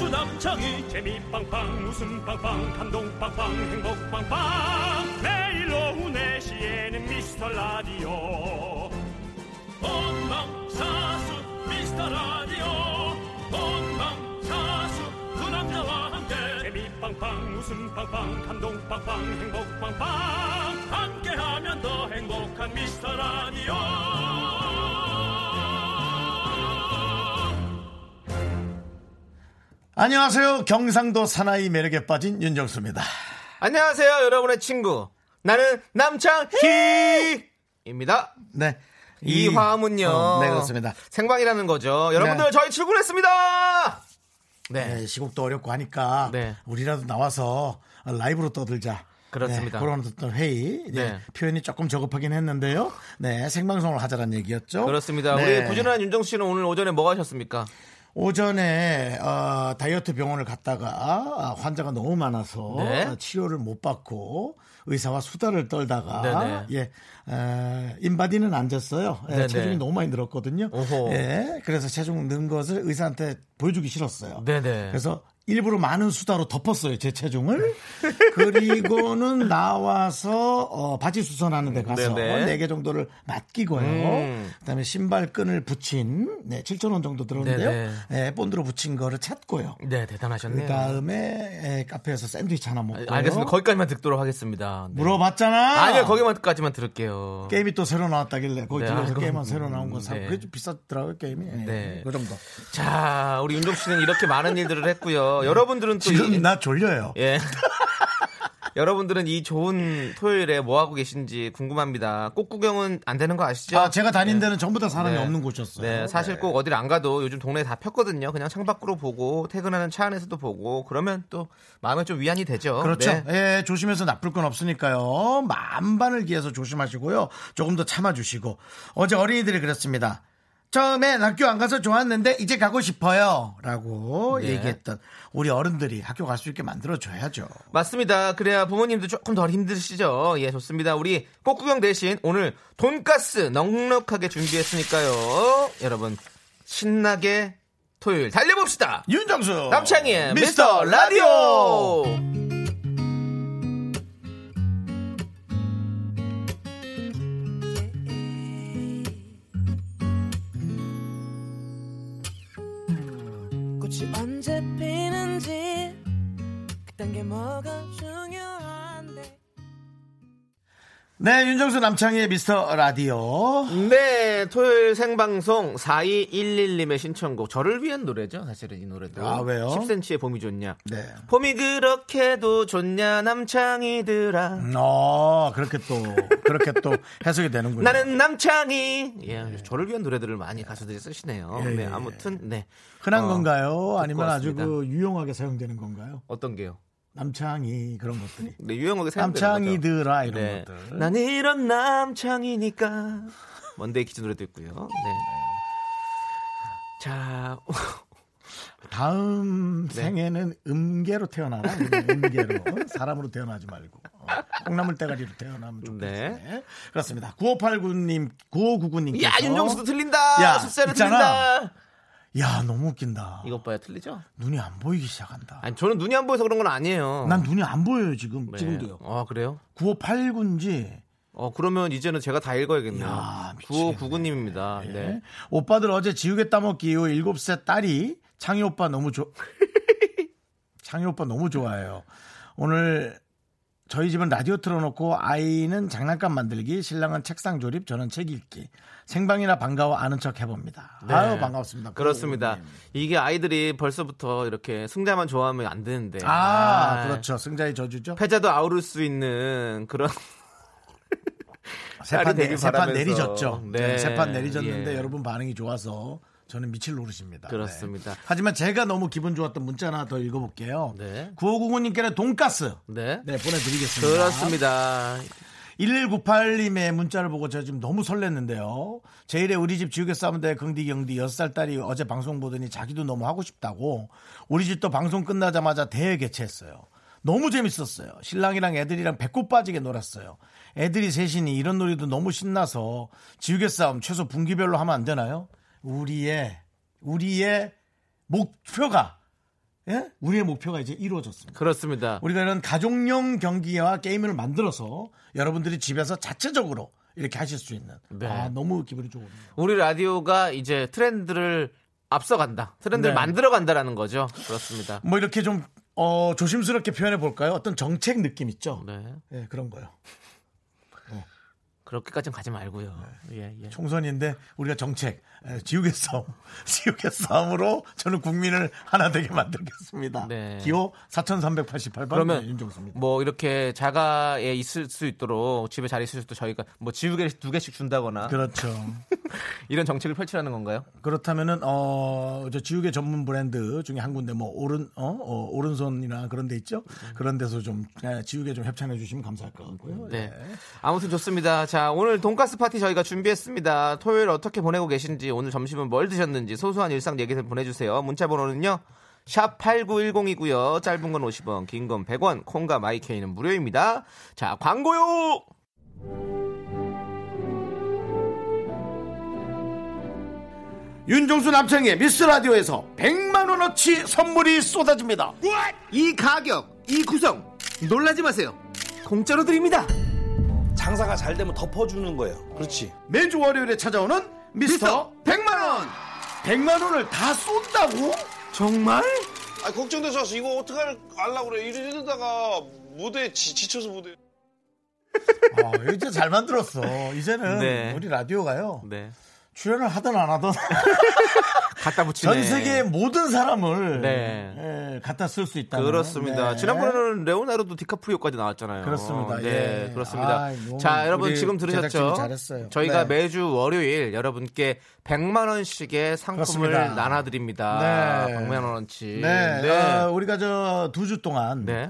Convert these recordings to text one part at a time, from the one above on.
빵빵이 재미 빵빵 웃음 빵빵 감동 빵빵 행복 빵빵 매일 오후 4시에는 미스터 라디오 본방사수 미스터 라디오 본방사수 그 남자와 함께 재미 빵빵 웃음 빵빵 감동 빵빵 행복 빵빵 함께하면 더 행복한 미스터 라디오 안녕하세요. 경상도 사나이 매력에 빠진 윤정수입니다. 안녕하세요, 여러분의 친구. 나는 남창희입니다. 네. 이 화음은요. 어, 네, 그렇습니다. 생방이라는 거죠. 여러분들 저희 출근했습니다. 네. 네, 시국도 어렵고 하니까 네. 우리라도 나와서 라이브로 떠들자. 그렇습니다. 네, 그런 어떤 회의 네, 네. 표현이 조금 저급하긴 했는데요. 네, 생방송을 하자라는 얘기였죠. 그렇습니다. 네. 우리 부진한 윤정 씨는 오늘 오전에 뭐 하셨습니까? 오전에 어, 다이어트 병원을 갔다가 아, 환자가 너무 많아서 네. 어, 치료를 못 받고 의사와 수다를 떨다가 네네. 예 에, 인바디는 안 졌어요. 예, 네네. 체중이 너무 많이 늘었거든요. 오호. 예, 그래서 체중 는 것을 의사한테 보여주기 싫었어요. 네네. 그래서 일부러 많은 수다로 덮었어요 제 체중을 그리고는 나와서 어, 바지 수선하는 데 가서 네네. 네 개 정도를 맡기고요 음. 그다음에 신발끈을 붙인 네, 7천 원 정도 들었는데요 네네. 예, 본드로 붙인 거를 찾고요 네, 대단하셨네요. 아, 그다음에 예, 카페에서 샌드위치 하나 먹고 알겠습니다. 거기까지만 듣도록 하겠습니다. 네. 물어봤잖아 아니요, 거기만까지만 들을게요. 게임이 또 새로 나왔다길래 거기 네, 들어서 아이고. 게임만 새로 나온 거 사고 네. 그게 좀 비쌌더라고요 게임이 예, 네. 그 정도 자, 우리 윤종 씨는 이렇게 많은 일들을 했고요. 여러분들은 또 지금 이- 나 졸려요 예. 여러분들은 이 좋은 토요일에 뭐 하고 계신지 궁금합니다. 꽃 구경은 안 되는 거 아시죠? 아, 제가 다닌 데는 전부 다 사람이 네. 없는 곳이었어요. 네, 사실 꼭 어디를 안 가도 요즘 동네에 다 폈거든요. 그냥 창밖으로 보고 퇴근하는 차 안에서도 보고 그러면 또 마음에 좀 위안이 되죠. 그렇죠. 네. 예, 조심해서 나쁠 건 없으니까요. 만반을 기해서 조심하시고요. 조금 더 참아주시고. 어제 어린이들이 그랬습니다. 처음엔 학교 안 가서 좋았는데 이제 가고 싶어요. 라고 네. 얘기했던 우리 어른들이 학교 갈 수 있게 만들어줘야죠. 맞습니다. 그래야 부모님도 조금 덜 힘드시죠. 예, 좋습니다. 우리 꽃 구경 대신 오늘 돈가스 넉넉하게 준비했으니까요. 여러분 신나게 토요일 달려봅시다. 윤정수! 남창희의 미스터 라디오 꽃이 언제 피는지 그딴 게 뭐가 중요한데 네, 윤정수 남창희의 미스터 라디오. 네 토요일 생방송 4211님의 신청곡 저를 위한 노래죠 사실은 이 노래도 아, 왜요? 10cm의 봄이 좋냐 네. 봄이 그렇게도 좋냐 남창이들아 어, 그렇게 또, 그렇게 또 해석이 되는군요. 나는 남창이 예, 저를 위한 노래들을 많이 가수들이 쓰시네요 예, 예, 네 예. 아무튼 네 흔한 어, 건가요? 아니면 아주 왔습니다. 그 유용하게 사용되는 건가요? 어떤 게요 남창이 그런 것들이. 네, 유형하게 사용되는 거죠. 남창이들아 이런 네. 것들. 난 이런 남창이니까 먼데이 기준 노래도 있고요. 네. 자, 네. 다음 생에는 음계로 태어나라. 우리는 음계로 사람으로 태어나지 말고 어, 콩나물 대가리로 태어나면 좋겠네. 그렇습니다. 9589님, 9599님께서 야 윤정수도 틀린다. 야, 숫자는 있잖아. 틀린다. 야 너무 웃긴다. 이것 봐요, 틀리죠? 눈이 안 보이기 시작한다. 아니 저는 눈이 안 보여서 그런 건 아니에요. 난 눈이 안 보여요 지금. 네. 지금도요. 아 그래요? 9589인지 어 그러면 이제는 제가 다 읽어야겠네요. 야, 미치겠네. 9599님입니다. 예. 네. 오빠들 어제 지우개 따먹기 이후 7살 딸이 창희 오빠 너무 좋 창희 오빠 너무 좋아해요. 오늘 저희 집은 라디오 틀어놓고 아이는 장난감 만들기, 신랑은 책상 조립, 저는 책 읽기. 생방이라 반가워 아는 척 해봅니다. 네. 아유 반갑습니다. 음. 그렇습니다. 고객님. 이게 아이들이 벌써부터 이렇게 승자만 좋아하면 안 되는데. 아, 아, 그렇죠. 승자의 저주죠. 패자도 아우를 수 있는 그런 세판, 딸이 내, 되길 세판 바라면서. 내리졌죠. 네. 네, 세판 내리졌는데 예. 여러분 반응이 좋아서 저는 미칠 노릇입니다. 그렇습니다. 네. 하지만 제가 너무 기분 좋았던 문자 하나 더 읽어볼게요. 네. 9599님께는 돈가스 네. 네, 보내드리겠습니다. 그렇습니다. 1198님의 문자를 보고 저 지금 너무 설렜는데요. 제일의 우리 집 지우개 싸움대 긍디 경디 6살 딸이 어제 방송 보더니 자기도 너무 하고 싶다고 우리 집도 방송 끝나자마자 대회 개최했어요. 너무 재밌었어요. 신랑이랑 애들이랑 배꼽 빠지게 놀았어요. 애들이 셋이니 이런 놀이도 너무 신나서 지우개 싸움 최소 분기별로 하면 안 되나요? 우리의 우리의 목표가 예? 우리의 목표가 이제 이루어졌습니다. 그렇습니다. 우리가 이런 가족용 경기와 게임을 만들어서 여러분들이 집에서 자체적으로 이렇게 하실 수 있는 네. 아 너무 기분이 좋네요. 우리 라디오가 이제 트렌드를 앞서간다. 트렌드를 네. 만들어간다라는 거죠. 그렇습니다. 뭐 이렇게 좀 어, 조심스럽게 표현해 볼까요? 어떤 정책 느낌 있죠? 네. 예, 그런 거요. 그렇게까지는 가지 말고요. 네. 예, 예. 총선인데 우리가 정책 예, 지우개 싸움, 지우개 싸움으로 저는 국민을 하나 되게 만들겠습니다. 네. 기호 4,388번 그러면 네, 윤종수입니다. 뭐 이렇게 자가에 있을 수 있도록 집에 잘 있을 수 있도록 저희가 뭐 지우개를 두 개씩 준다거나 그렇죠. 이런 정책을 펼치라는 건가요? 그렇다면은 어저 지우개 전문 브랜드 중에 한 군데 뭐 오른 어, 어, 오른손이나 그런 데 있죠. 그런 데서 좀 예, 지우개 좀 협찬해 주시면 감사할 것 같고요. 네. 예. 아무튼 좋습니다. 자, 오늘 돈가스 파티 저희가 준비했습니다. 토요일 어떻게 보내고 계신지, 오늘 점심은 뭘 드셨는지, 소소한 일상 얘기를 보내주세요. 문자 번호는요. 샵 8910이고요. 짧은 건 50원, 긴 건 100원, 콩과 마이케이는 무료입니다. 자, 광고요! 윤종수 남창의 미스 라디오에서 100만 원어치 선물이 쏟아집니다. 이 가격, 이 구성, 놀라지 마세요. 공짜로 드립니다. 장사가 잘 되면 덮어주는 거예요. 그렇지. 매주 월요일에 찾아오는 미스터, 100만 원. 100만 원을 다 쏜다고? 정말? 아 걱정돼서 왔어. 이거 어떻게 하려고 그래. 이러- 이러다가 무대 지, 지쳐서 무대. 아, 이제 잘 만들었어. 이제는 네. 우리 라디오가요. 네. 출연을 하든 안 하든 갖다 붙이네. 전 세계의 모든 사람을 네. 예, 갖다 쓸 수 네. 있다. 그렇습니다. 지난번에는 레오나르도 디카프리오까지 나왔잖아요. 그렇습니다. 네, 예. 그렇습니다. 아이, 너무 자, 여러분 우리 지금 들으셨죠? 제작진이 잘했어요. 저희가 네. 매주 월요일 여러분께 100만 원씩의 상품을 그렇습니다. 나눠 드립니다. 네. 100만 원어치. 네, 네. 어, 우리가 저 두 주 동안 네. 에,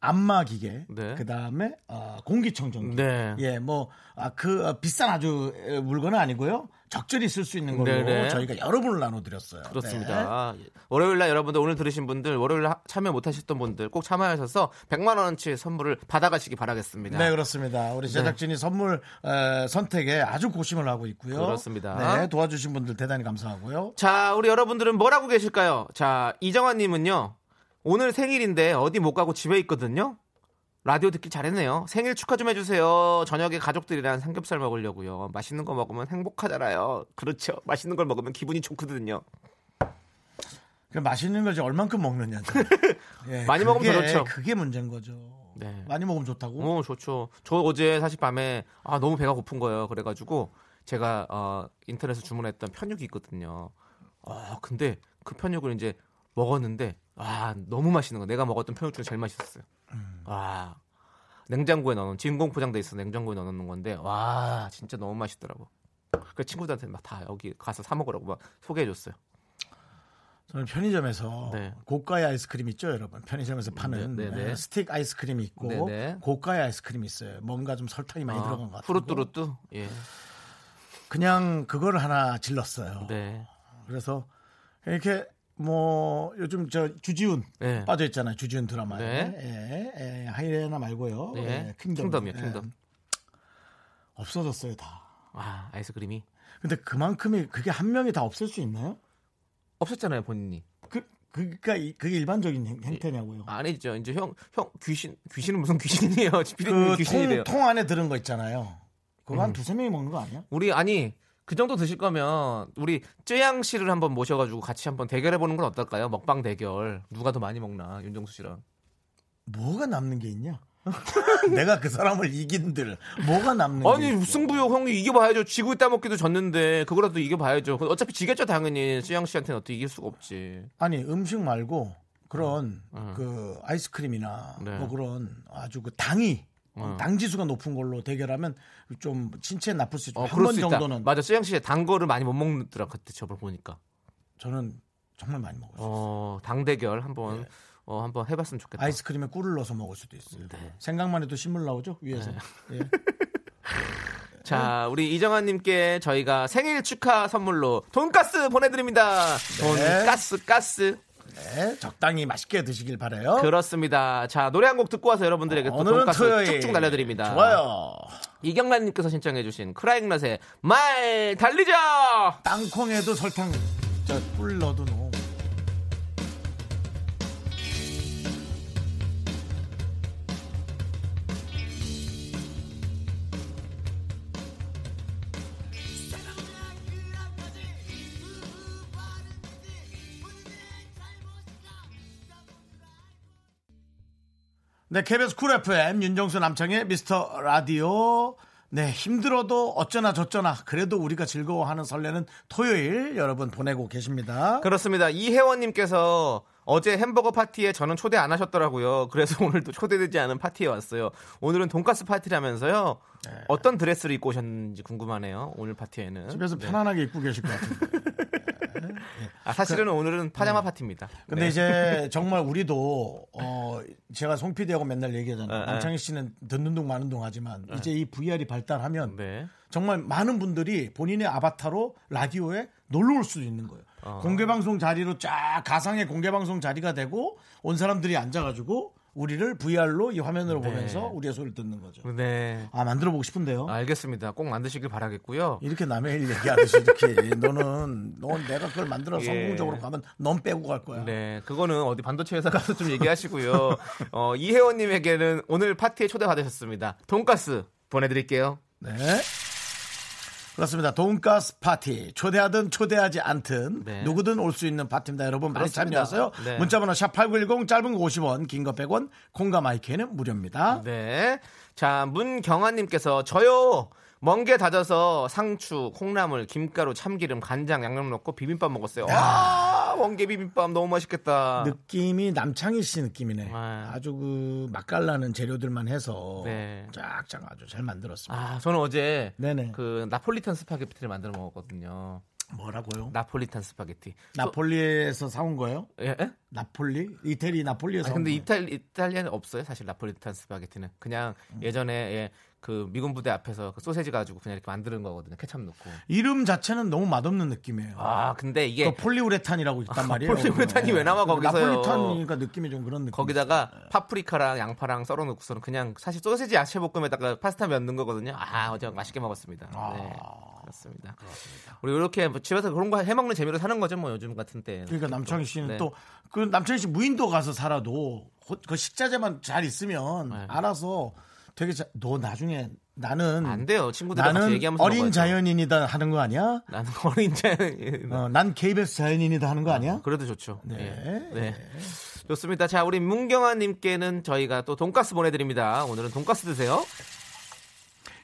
안마 기계, 네. 그 다음에 어, 공기청정기, 네. 예, 뭐그 어, 비싼 아주 에, 물건은 아니고요, 적절히 쓸 수 있는 걸로 네, 네. 저희가 여러분을 나눠드렸어요. 네. 그렇습니다. 월요일 날 여러분들 오늘 들으신 분들 월요일 날 참여 못 하셨던 분들 꼭 참여하셔서 100만 원어치 선물을 받아가시기 바라겠습니다. 네, 그렇습니다. 우리 제작진이 선물 에, 선택에 아주 고심을 하고 있고요. 그렇습니다. 네, 도와주신 분들 대단히 감사하고요. 자, 우리 여러분들은 뭘 하고 계실까요? 자, 이정환님은요. 오늘 생일인데 어디 못 가고 집에 있거든요. 라디오 듣기 잘했네요. 생일 축하 좀 해주세요. 저녁에 가족들이랑 삼겹살 먹으려고요. 맛있는 거 먹으면 행복하잖아요. 그렇죠. 맛있는 걸 먹으면 기분이 좋거든요. 그 맛있는 걸 이제 얼만큼 먹느냐. 예, 많이 그게- 먹으면 더 좋죠. 그게 문제인 거죠. 네. 많이 먹으면 좋다고? 오, 좋죠. 저 어제 사실 밤에 아 너무 배가 고픈 거예요. 그래가지고 제가 어, 인터넷에서 주문했던 편육이 있거든요. 아 근데 그 편육을 이제 먹었는데 아 너무 맛있는 거. 내가 먹었던 편육 중에 제일 맛있었어요. 음. 와 냉장고에 넣어놓은 진공 포장돼 있어 냉장고에 넣어놓는 건데 와 진짜 너무 맛있더라고. 그 친구들한테 막 다 여기 가서 사 먹으라고 막 소개해줬어요. 저는 편의점에서 네. 고가의 아이스크림 있죠, 여러분. 편의점에서 파는 네, 네, 네. 예, 스틱 아이스크림이 있고 네, 네. 고가의 아이스크림이 있어요. 뭔가 좀 설탕이 많이 들어간 것 같아요. 후루뚜루뚜 예. 그냥 그걸 하나 질렀어요. 네. 그래서 이렇게 뭐 요즘 저 주지훈 네. 빠져 있잖아요. 주지훈 드라마에 예, 예, 하이레나 말고요. 네. 예, 킹덤. 킹덤이요, 예. 킹덤. 없어졌어요 다. 아 아이스크림이 근데 그만큼이 그게 한 명이 다 없앨 수 있나요? 없었잖아요 본인이. 그 그니까 그게 일반적인 행- 행태냐고요. 아니죠. 이제 형, 형 귀신, 귀신은 무슨 귀신이에요? 피디님 귀신이래요. 음. 그통통 안에 들은 거 있잖아요. 그거 한 두세 명이 먹는 거 아니야? 우리 아니 그 정도 드실 거면 우리 쯔양 씨를 한번 모셔가지고 같이 한번 대결해 보는 건 어떨까요? 먹방 대결 누가 더 많이 먹나 윤정수 씨랑. 뭐가 남는 게 있냐? 내가 그 사람을 이긴들 뭐가 남는 게 아니 있어? 승부욕 형이 이겨봐야죠. 지고 있다 먹기도 졌는데 그거라도 이겨봐야죠. 그건 어차피 지겠죠 당연히 쯔양 씨한테는 어떻게 이길 수가 없지. 아니 음식 말고 그런 그 아이스크림이나 어, 네. 뭐 그런 아주 그 당이 어. 당 지수가 높은 걸로 대결하면 좀 신체에 나쁠 수 있죠. 어 한 그럴 번 수 있다. 정도는 맞아 쯔양 씨단 거를 많이 못 먹더라 그때 저번 보니까. 저는 정말 많이 먹었어요. 어당 대결 한번 어 한번 해봤으면 좋겠다. 예. 아이스크림에 꿀을 넣어서 먹을 수도 있어요. 네. 생각만 해도 신물 나오죠 위에서. 예. 자, 우리 이정환님께 저희가 생일 축하 선물로 돈가스 보내드립니다. 돈가스, 가스. 네, 적당히 맛있게 드시길 바래요. 그렇습니다. 자, 노래 한 곡 듣고 와서 여러분들에게 또 어, 오늘은 그 돈가스 토요일 쭉쭉 날려드립니다. 좋아요. 이경란님께서 신청해주신 크라잉넛의 말 달리자! 땅콩에도 설탕 저꿀 넣어도 너무. 네, KBS 쿨 FM 윤정수 남창의 미스터 라디오. 네, 힘들어도 어쩌나 저쩌나 그래도 우리가 즐거워하는 설레는 토요일 여러분 보내고 계십니다. 그렇습니다. 이혜원님께서 어제 햄버거 파티에 저는 초대 안 하셨더라고요. 그래서 오늘도 초대되지 않은 파티에 왔어요. 오늘은 돈가스 파티라면서요. 네. 어떤 드레스를 입고 오셨는지 궁금하네요. 오늘 파티에는. 집에서 네. 편안하게 입고 계실 것 같은데. 아, 사실은 오늘은 파자마 파티입니다. 그 근데 네. 이제 정말 우리도 어 제가 송 PD하고 맨날 얘기하잖아요. 네, 남창희 씨는 듣는 둥 마는 둥 하지만 이제 이 VR이 발달하면 네. 정말 많은 분들이 본인의 아바타로 라디오에 놀러 올 수도 있는 거예요. 아. 공개 방송 자리로 쫙 가상의 공개 방송 자리가 되고 온 사람들이 앉아가지고 우리를 VR로 이 화면으로 보면서 우리의 소리를 듣는 거죠. 네. 아 만들어 보고 싶은데요. 알겠습니다. 꼭 만드시길 바라겠고요. 이렇게 남의 일 얘기하듯이 이렇게 너는 넌 내가 그걸 만들어 서 예. 성공적으로 가면 넌 빼고 갈 거야. 네, 그거는 어디 반도체 회사 가서 좀 얘기하시고요. 어, 이혜원님에게는 오늘 파티에 초대받으셨습니다. 돈가스 보내드릴게요. 네. 그렇습니다. 돈가스 파티. 초대하든 초대하지 않든 네. 누구든 올 수 있는 파티입니다. 여러분 많이 그렇습니다. 참여하세요. 네. 문자번호 샵8910 짧은 거 50원, 긴 거 100원, 콩과 마이크는 무료입니다. 네. 자, 문경아님께서 저요. 멍게 다져서 상추, 콩나물, 김가루, 참기름, 간장, 양념 넣고 비빔밥 먹었어요. 와, 멍게 비빔밥 너무 맛있겠다. 네. 느낌이 남창희 씨 느낌이네. 와. 아주 그 맛깔나는 재료들만 해서 네. 쫙쫙 아주 잘 만들었습니다. 아, 저는 어제 네네. 그 나폴리탄 스파게티를 만들어 먹었거든요. 뭐라고요? 아, 나폴리탄 스파게티. 나, 폴리에서 사온 거예요? 예? 예? 나폴리? 이태리 나폴리에서 뭐 아, 근데 사온 거예요? 이탈 이탈리아는 없어요 사실 나폴리탄 스파게티는 그냥 음. 예전에 예, 그 미군 부대 앞에서 그 소세지 가지고 그냥 이렇게 만드는 거거든요 케첩 넣고 이름 자체는 너무 맛없는 느낌이에요. 아 근데 그 이게 폴리우레탄이라고 있단 말이에요. 아, 네. 폴리우레탄이 왜 나와, 거기서요? 나폴리탄이니까 느낌이 좀 그런 느낌. 거기다가 음. 네. 파프리카랑 양파랑 썰어 넣고서는 그냥 사실 소세지 야채볶음에다가 파스타 면 넣는 거거든요 아 어제 맛있게 먹었습니다 아, 네 그렇습니다, 우리 이렇게 뭐 집에서 그런 거 해먹는 재미로 사는 거죠 뭐 요즘 같은 때 그러니까 남창희 씨는 네. 또 그 남창희 씨 무인도 가서 살아도 호- 그 식자재만 잘 있으면 네. 알아서 되게 자- 너 나중에 나는 안 돼요 친구들하고 같이 나는 얘기하면서 어린 먹어야죠. 자연인이다 하는 거 아니야? 나는 어린 자연 어, 난 KBS 자연인이다 하는 거 아니야? 그래도 좋죠. 네. 예. 네. 좋습니다. 자, 우리 문경아님께는 저희가 또 돈가스 보내드립니다. 오늘은 돈가스 드세요.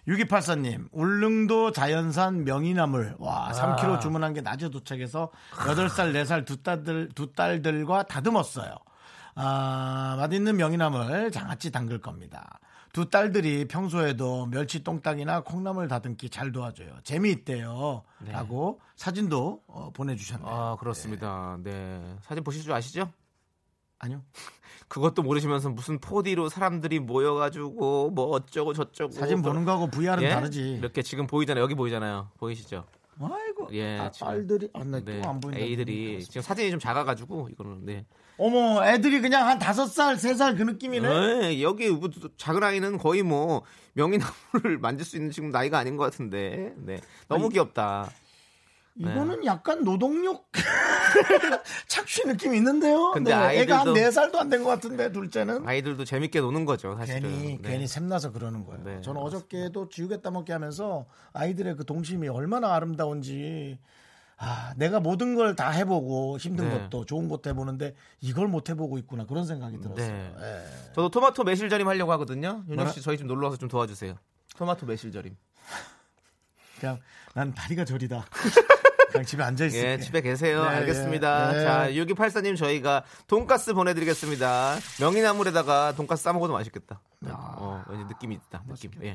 6284님, 울릉도 자연산 명이나물. 와, 아. 3kg 주문한 게 낮에 도착해서 8살, 4살 두 딸들, 두 딸들과 다듬었어요. 아, 맛있는 명이나물 장아찌 담글 겁니다. 두 딸들이 평소에도 멸치 똥땅이나 콩나물 다듬기 잘 도와줘요. 재미있대요. 라고 사진도 어, 보내주셨네요. 네. 아, 그렇습니다. 네. 사진 보실 줄 아시죠? 아니요. 그것도 모르시면서 무슨 4D로 사람들이 모여가지고 뭐 어쩌고 저쩌고. 사진 보는 거하고 VR은 예? 다르지. 이렇게 지금 보이잖아요. 여기 보이잖아요. 보이시죠? 아이고. 예, 아, 지금. 딸들이, 아, 나또안 네. 보인다. 애들이 지금 사진이 좀 작아가지고 이거는 네. 어머, 애들이 그냥 한 5살, 3살 그 느낌이네. 에이, 여기 뭐 작은 아이는 거의 뭐 명이나무를 만질 수 있는 지금 나이가 아닌 것 같은데. 네. 너무 귀엽다. 네. 이거는 약간 노동력 착취 느낌이 있는데요. 근데 네, 애가 한 아이들도- 네살도 안 된 것 같은데 둘째는 아이들도 재밌게 노는 거죠, 사실은. 괜히 네. 괜히 샘나서 그러는 거예요. 네, 저는 어저께도 지우개 따먹기 하면서 아이들의 그 동심이 얼마나 아름다운지 아, 내가 모든 걸 다 해보고 힘든 네. 것도 좋은 것도 해보는데 이걸 못 해보고 있구나 그런 생각이 들었어요. 네. 예. 저도 토마토 매실 절임 하려고 하거든요. 윤혁 뭐라? 씨 저희 좀 놀러 와서 좀 도와주세요. 토마토 매실 절임. 그냥 난 다리가 저리다. 그냥 집에 앉아 있을게. 예, 집에 계세요. 네, 알겠습니다. 예, 예. 자, 6284님 저희가 돈가스 보내드리겠습니다. 명이나물에다가 돈가스 싸 먹어도 맛있겠다. 어, 왠지 느낌이 있다. 느낌. 예.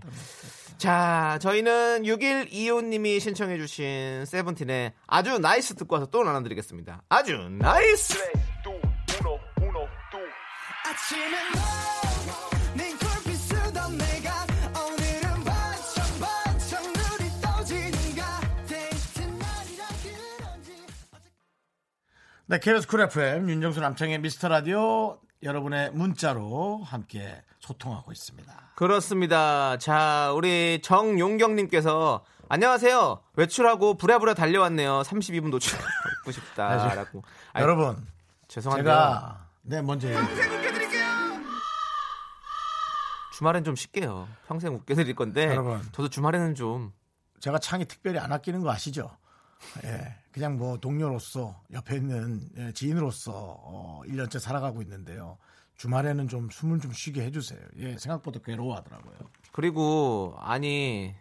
자, 저희는 6125님이 신청해주신 세븐틴의 아주 나이스 듣고 와서 또 나눠드리겠습니다. 아주 나이스! 아침엔 너내 콜빛 쓰던 내가 오늘은 반짝 반짝 눈이 떠지는가 데이트 날이라 그런지 네, KBS 쿨 FM 윤정수 남창의 미스터 라디오 여러분의 문자로 함께 소통하고 있습니다. 그렇습니다. 자, 우리 정용경님께서 안녕하세요. 외출하고 부랴부랴 달려왔네요. 32분 놓치고 아, 저- 싶다라고. 아이, 여러분, 죄송한데요. 제가 네 먼저 얘기해요. 주말엔 좀 쉴게요. 평생 웃겨드릴 건데 여러분. 저도 주말에는 좀 제가 창이 특별히 안 아끼는 거 아시죠? 예, 그냥 뭐 동료로서 옆에 있는 예, 지인으로서 어, 1년째 살아가고 있는데요. 주말에는 좀 숨을 좀 쉬게 해주세요. 예, 생각보다 괴로워하더라고요. 그리고 아니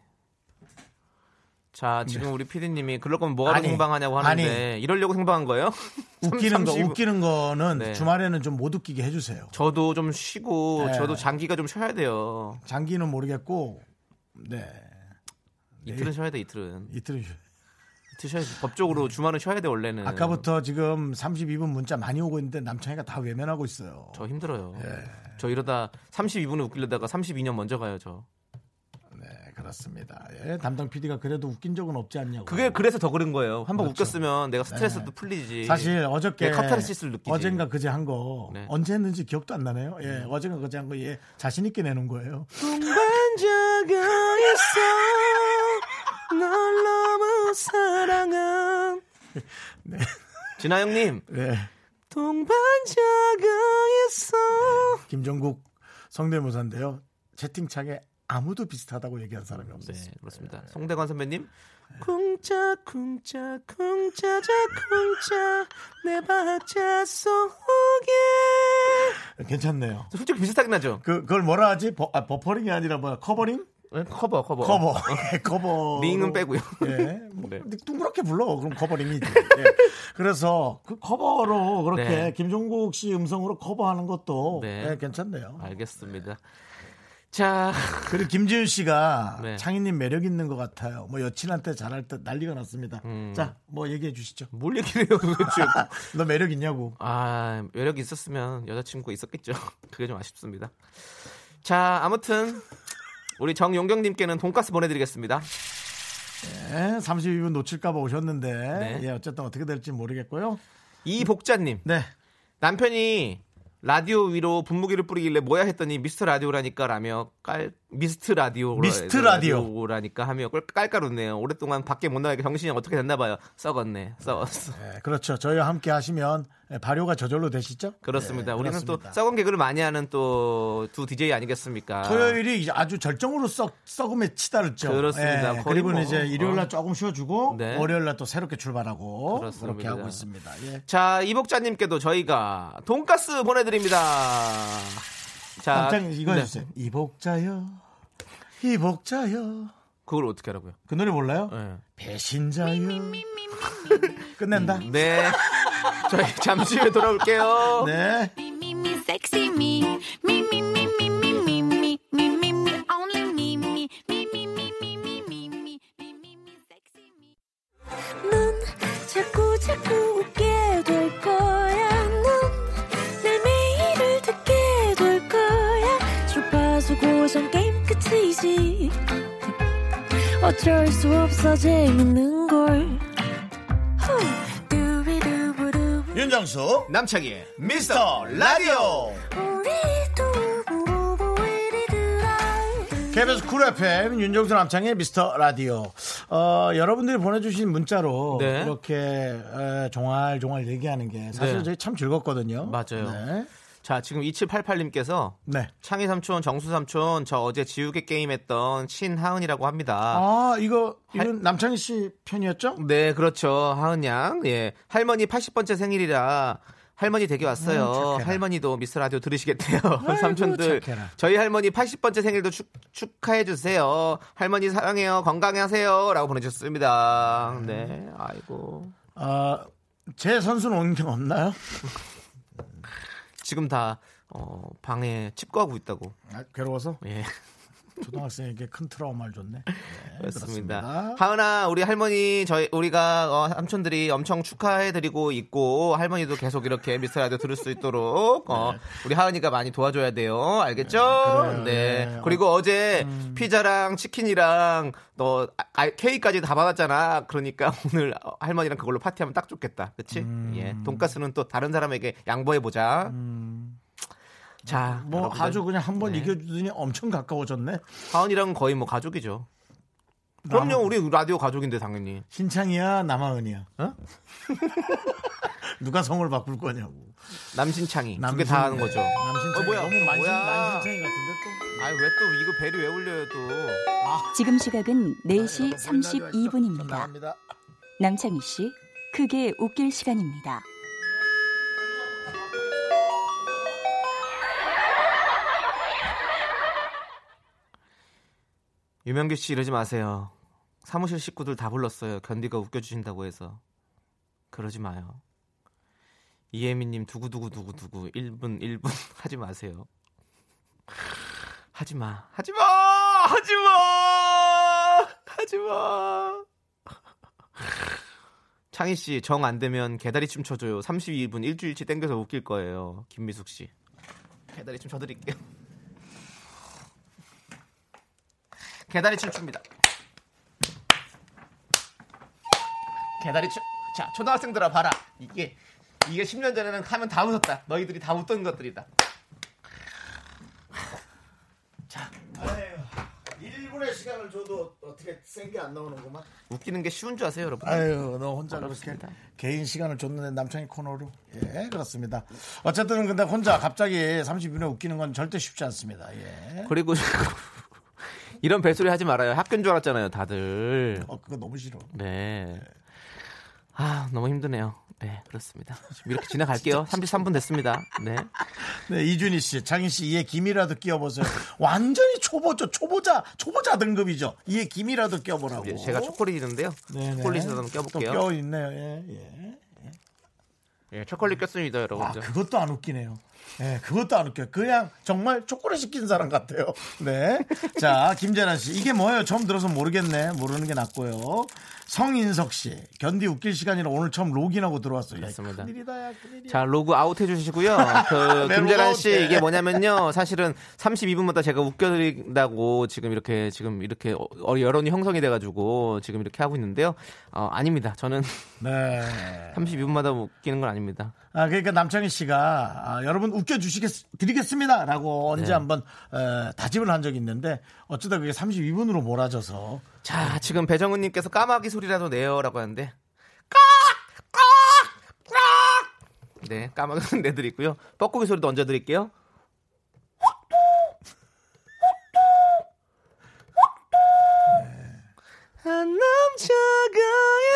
자 지금 우리 피디님이 그럴 거면 뭐하러 네. 아니, 생방하냐고 하는데 아니. 이러려고 생방한 거예요? 웃기는 거, 35. 웃기는 거는 네. 주말에는 좀 못 웃기게 해주세요. 저도 좀 쉬고 네. 저도 장기가 좀 쉬어야 돼요. 장기는 모르겠고, 네, 이틀은 쉬어야 돼 이틀은 이틀은 쉬- 이틀 쉬어야지 법적으로 주말은 쉬어야 돼 원래는. 아까부터 지금 32분 문자 많이 오고 있는데 남창이가 다 외면하고 있어요. 네, 저 힘들어요. 저 이러다 32분을 웃기려다가 32년 먼저 가요 저. 네, 그렇습니다. 예, 담당 PD가 그래도 웃긴 적은 없지 않냐고. 그게 그래서 더 그런 거예요. 한번 그렇죠. 웃겼으면 내가 스트레스도 네. 풀리지. 사실 어저께 예, 카타르시스를 느끼지. 어젠가 그제 한 거 네. 언제 했는지 기억도 안 나네요. 예, 어젠가 그제 한 거 예, 자신 있게 내는 거예요. 혼자가 있어 널 너무 사랑함 진아 형님 네, 동반자가 있어 김종국 성대모사인데요. 채팅창에 아무도 비슷하다고 얘기한 사람이 없어요. 네 그렇습니다 송대관 선배님 쿵짜 쿵짜 쿵짜자 쿵짜 내 박자 속에 괜찮네요. 솔직히 비슷하긴 하죠 그 그걸 뭐라 하지? 버, 아, 버퍼링이 아니라 뭐야? 커버링? 네, 커버 커버 커버. 예, 커버. 링은 빼고요 예. 뭐, 네. 둥그렇게 불러. 그럼 커버링이지. 예. 그래서 그 커버로 그렇게 네. 김종국 씨 음성으로 커버하는 것도 네. 예, 괜찮네요. 알겠습니다 자 그리고 김지윤 씨가 네. 창희님 매력 있는 것 같아요. 뭐 여친한테 잘할 듯 난리가 났습니다. 음. 자, 뭐 얘기해 주시죠. 뭘 얘기를 해요 도대체 너 매력 있냐고. 아, 매력이 있었으면 여자친구가 있었겠죠. 그게 좀 아쉽습니다. 자, 아무튼 우리 정용경님께는 돈가스 보내드리겠습니다. 예, 32분 놓칠까봐 오셨는데 네. 예, 어쨌든 어떻게 될지 모르겠고요. 이복자님, 네, 남편이 라디오 위로 분무기를 뿌리길래 뭐야 했더니 미스트 라디오라니까 라며 깔 미스트 라디오 미스트 라디오. 라니까 하며 깔- 깔깔 웃네요. 오랫동안 밖에 못 나가게 정신이 어떻게 됐나 봐요. 썩었네, 썩었어. 예, 그렇죠. 저희와 함께 하시면 예, 발효가 저절로 되시죠? 그렇습니다. 예, 우리는 그렇습니다. 또 썩은 개그를 많이 하는 또 두 DJ 아니겠습니까? 토요일이 이제 아주 절정으로 썩, 썩음에 치달았죠. 예. 그렇습니다. 거의 그리고 는 뭐, 이제 일요일날 어. 조금 쉬어주고 네. 월요일날 또 새롭게 출발하고 그렇습니다. 그렇게 하고 있습니다. 예. 자 이복자님께도 저희가 돈가스 보내드립니다. 자 깜짝 이거 네. 해주세요. 이복자여, 이복자여. 네. 그걸 어떻게 하라고요? 그 노래 몰라요? 네. 배신자여. 끝낸다. 네. 저희 잠시 후에 돌아올게요. 네. Me, me, sexy me. Me, me, me, me, me, me, me, me, me, me, only me, me, me, me, me, me, me, me, me, me, me, me, sexy me. 넌 자꾸, 자꾸 웃게 될 거야. 넌내 매일을 듣게 될 거야. 주파수 고정 게임 끝이지. 어쩔 수 없어 재밌는 걸. 후. 두비두부두. 윤정수 남창희의 미스터 라디오. KBS 쿨 FM 윤정수 남창의 미스터 라디오. 어, 여러분들이 보내주신 문자로 네. 이렇게 에, 종알종알 얘기하는 게 사실 네. 저희 참 즐겁거든요. 맞아요. 네. 자 지금 2788님께서 네. 창희 삼촌 정수 삼촌 저 어제 지우개 게임했던 신하은이라고 합니다. 아, 이거 이건 남창희 씨 편이었죠? 네, 그렇죠. 하은 양. 예. 할머니 80번째 생일이라 할머니 댁에 왔어요. 음, 착해라. 할머니도 미스 라디오 들으시겠대요. 삼촌들. 착해라. 저희 할머니 80번째 생일도 축, 축하해 주세요. 할머니 사랑해요. 건강하세요라고 보내 음. 주셨습니다. 네. 아이고. 아, 제 선수는 온게 없나요? 지금 다 어, 방에 칩거하고 있다고. 아, 괴로워서 예. 초등학생에게 큰 트라우마를 줬네. 네, 그렇습니다. 그렇습니다. 하은아, 우리 할머니, 저희, 우리가, 어, 삼촌들이 엄청 축하해드리고 있고, 할머니도 계속 이렇게 미스터 라디오 들을 수 있도록, 어, 우리 하은이가 많이 도와줘야 돼요. 알겠죠? 네. 그래요. 네. 네. 음. 그리고 어제 피자랑 치킨이랑, 너, 아, 아, K까지 다 받았잖아. 그러니까 오늘 할머니랑 그걸로 파티하면 딱 좋겠다. 그치? 음. 예. 돈가스는 또 다른 사람에게 양보해보자. 자, 음. 뭐 여러분들, 아주 그냥 한 번 네. 이겨주더니 엄청 가까워졌네. 하은이랑 거의 뭐 가족이죠. 그럼요, 우리 라디오 가족인데 당연히. 신창이야, 남아은이야. 어? 누가 성을 바꿀 거냐고. 남신창이 두 개 남신- 다 하는 거죠. 남신창이 어, 뭐야? 너무 만신, 뭐야? 만신창이 같은데 아니 왜 또 이거 배를 왜 올려요 또? 지금 시각은 또. 4시 좀 32분입니다. 나갑니다. 남창희 씨, 크게 웃길 시간입니다. 유명규 씨 이러지 마세요. 사무실 식구들 다 불렀어요. 견디가 웃겨주신다고 해서. 그러지 마요. 이혜민님 두구두구두구두구 1분 1분 하지 마세요. 하지 마. 하지 마. 하지 마. 하지 마. 창희 씨, 정 안 되면 개다리 춤 춰줘요. 32분 일주일치 땡겨서 웃길 거예요. 김미숙 씨. 개다리 춤 춰드릴게요. 개다리 춤 춥니다. 개다리 춤. 자, 초등학생들아 봐라. 이게 이게 10년 전에는 하면 다 웃었다. 너희들이 다 웃던 것들이다. 일분의 시간을 줘도 어떻게 센 게 안 나오는구만. 웃기는 게 쉬운 줄 아세요, 여러분? 아유, 너 혼자 그렇게 어렵습니다. 개인 시간을 줬는데 남창희 코너로. 예, 그렇습니다. 어쨌든 근데 혼자 갑자기 30분에 웃기는 건 절대 쉽지 않습니다. 예. 그리고 이런 벨소리 하지 말아요. 학교인 줄 알았잖아요, 다들. 어, 그거 너무 싫어. 네. 아, 너무 힘드네요. 네, 그렇습니다. 지금 이렇게 지나갈게요. 33분 됐습니다. 네. 네, 이준희 씨, 창희 씨, 이에 김이라도 끼워보세요. 완전히 초보죠. 초보자, 초보자 등급이죠. 이에 김이라도 끼워보라고. 이제 제가 초콜릿 있는데요. 네네. 초콜릿을 한번 또 껴볼게요. 껴있네요. 예, 예. 예, 초콜릿 꼈습니다, 아, 여러분들. 그것도 안 웃기네요. 예, 그것도 안 웃겨요. 그냥 정말 초콜릿 시킨 사람 같아요. 네. 자, 김재란 씨. 이게 뭐예요? 처음 들어서 모르겠네. 모르는 게 낫고요. 성인석 씨. 견디 웃길 시간이라 오늘 처음 로그인하고 들어왔어요. 그렇습니다. 야, 큰일이다, 야, 큰일이야. 자, 로그 아웃 해주시고요. 그, 네, 로그 김재란 아웃. 씨, 이게 뭐냐면요. 사실은 32분마다 제가 웃겨드린다고 지금 이렇게, 지금 이렇게, 어, 어, 여론이 형성이 돼가지고 지금 이렇게 하고 있는데요. 어, 아닙니다. 저는 네. 32분마다 웃기는 건 아닙니다. 아, 그러니까 남창희 씨가 아, 여러분 웃겨주시겠습니다. 라고 언제 네. 한번 에, 다짐을 한 적이 있는데 어쩌다 그게 32분으로 몰아져서 자, 지금 배정은님께서 까마귀 소리라도 내요라고 하는데 까까까 네, 까마귀 소리 내드리고요. 뻐꾸기 소리도 얹어드릴게요. 한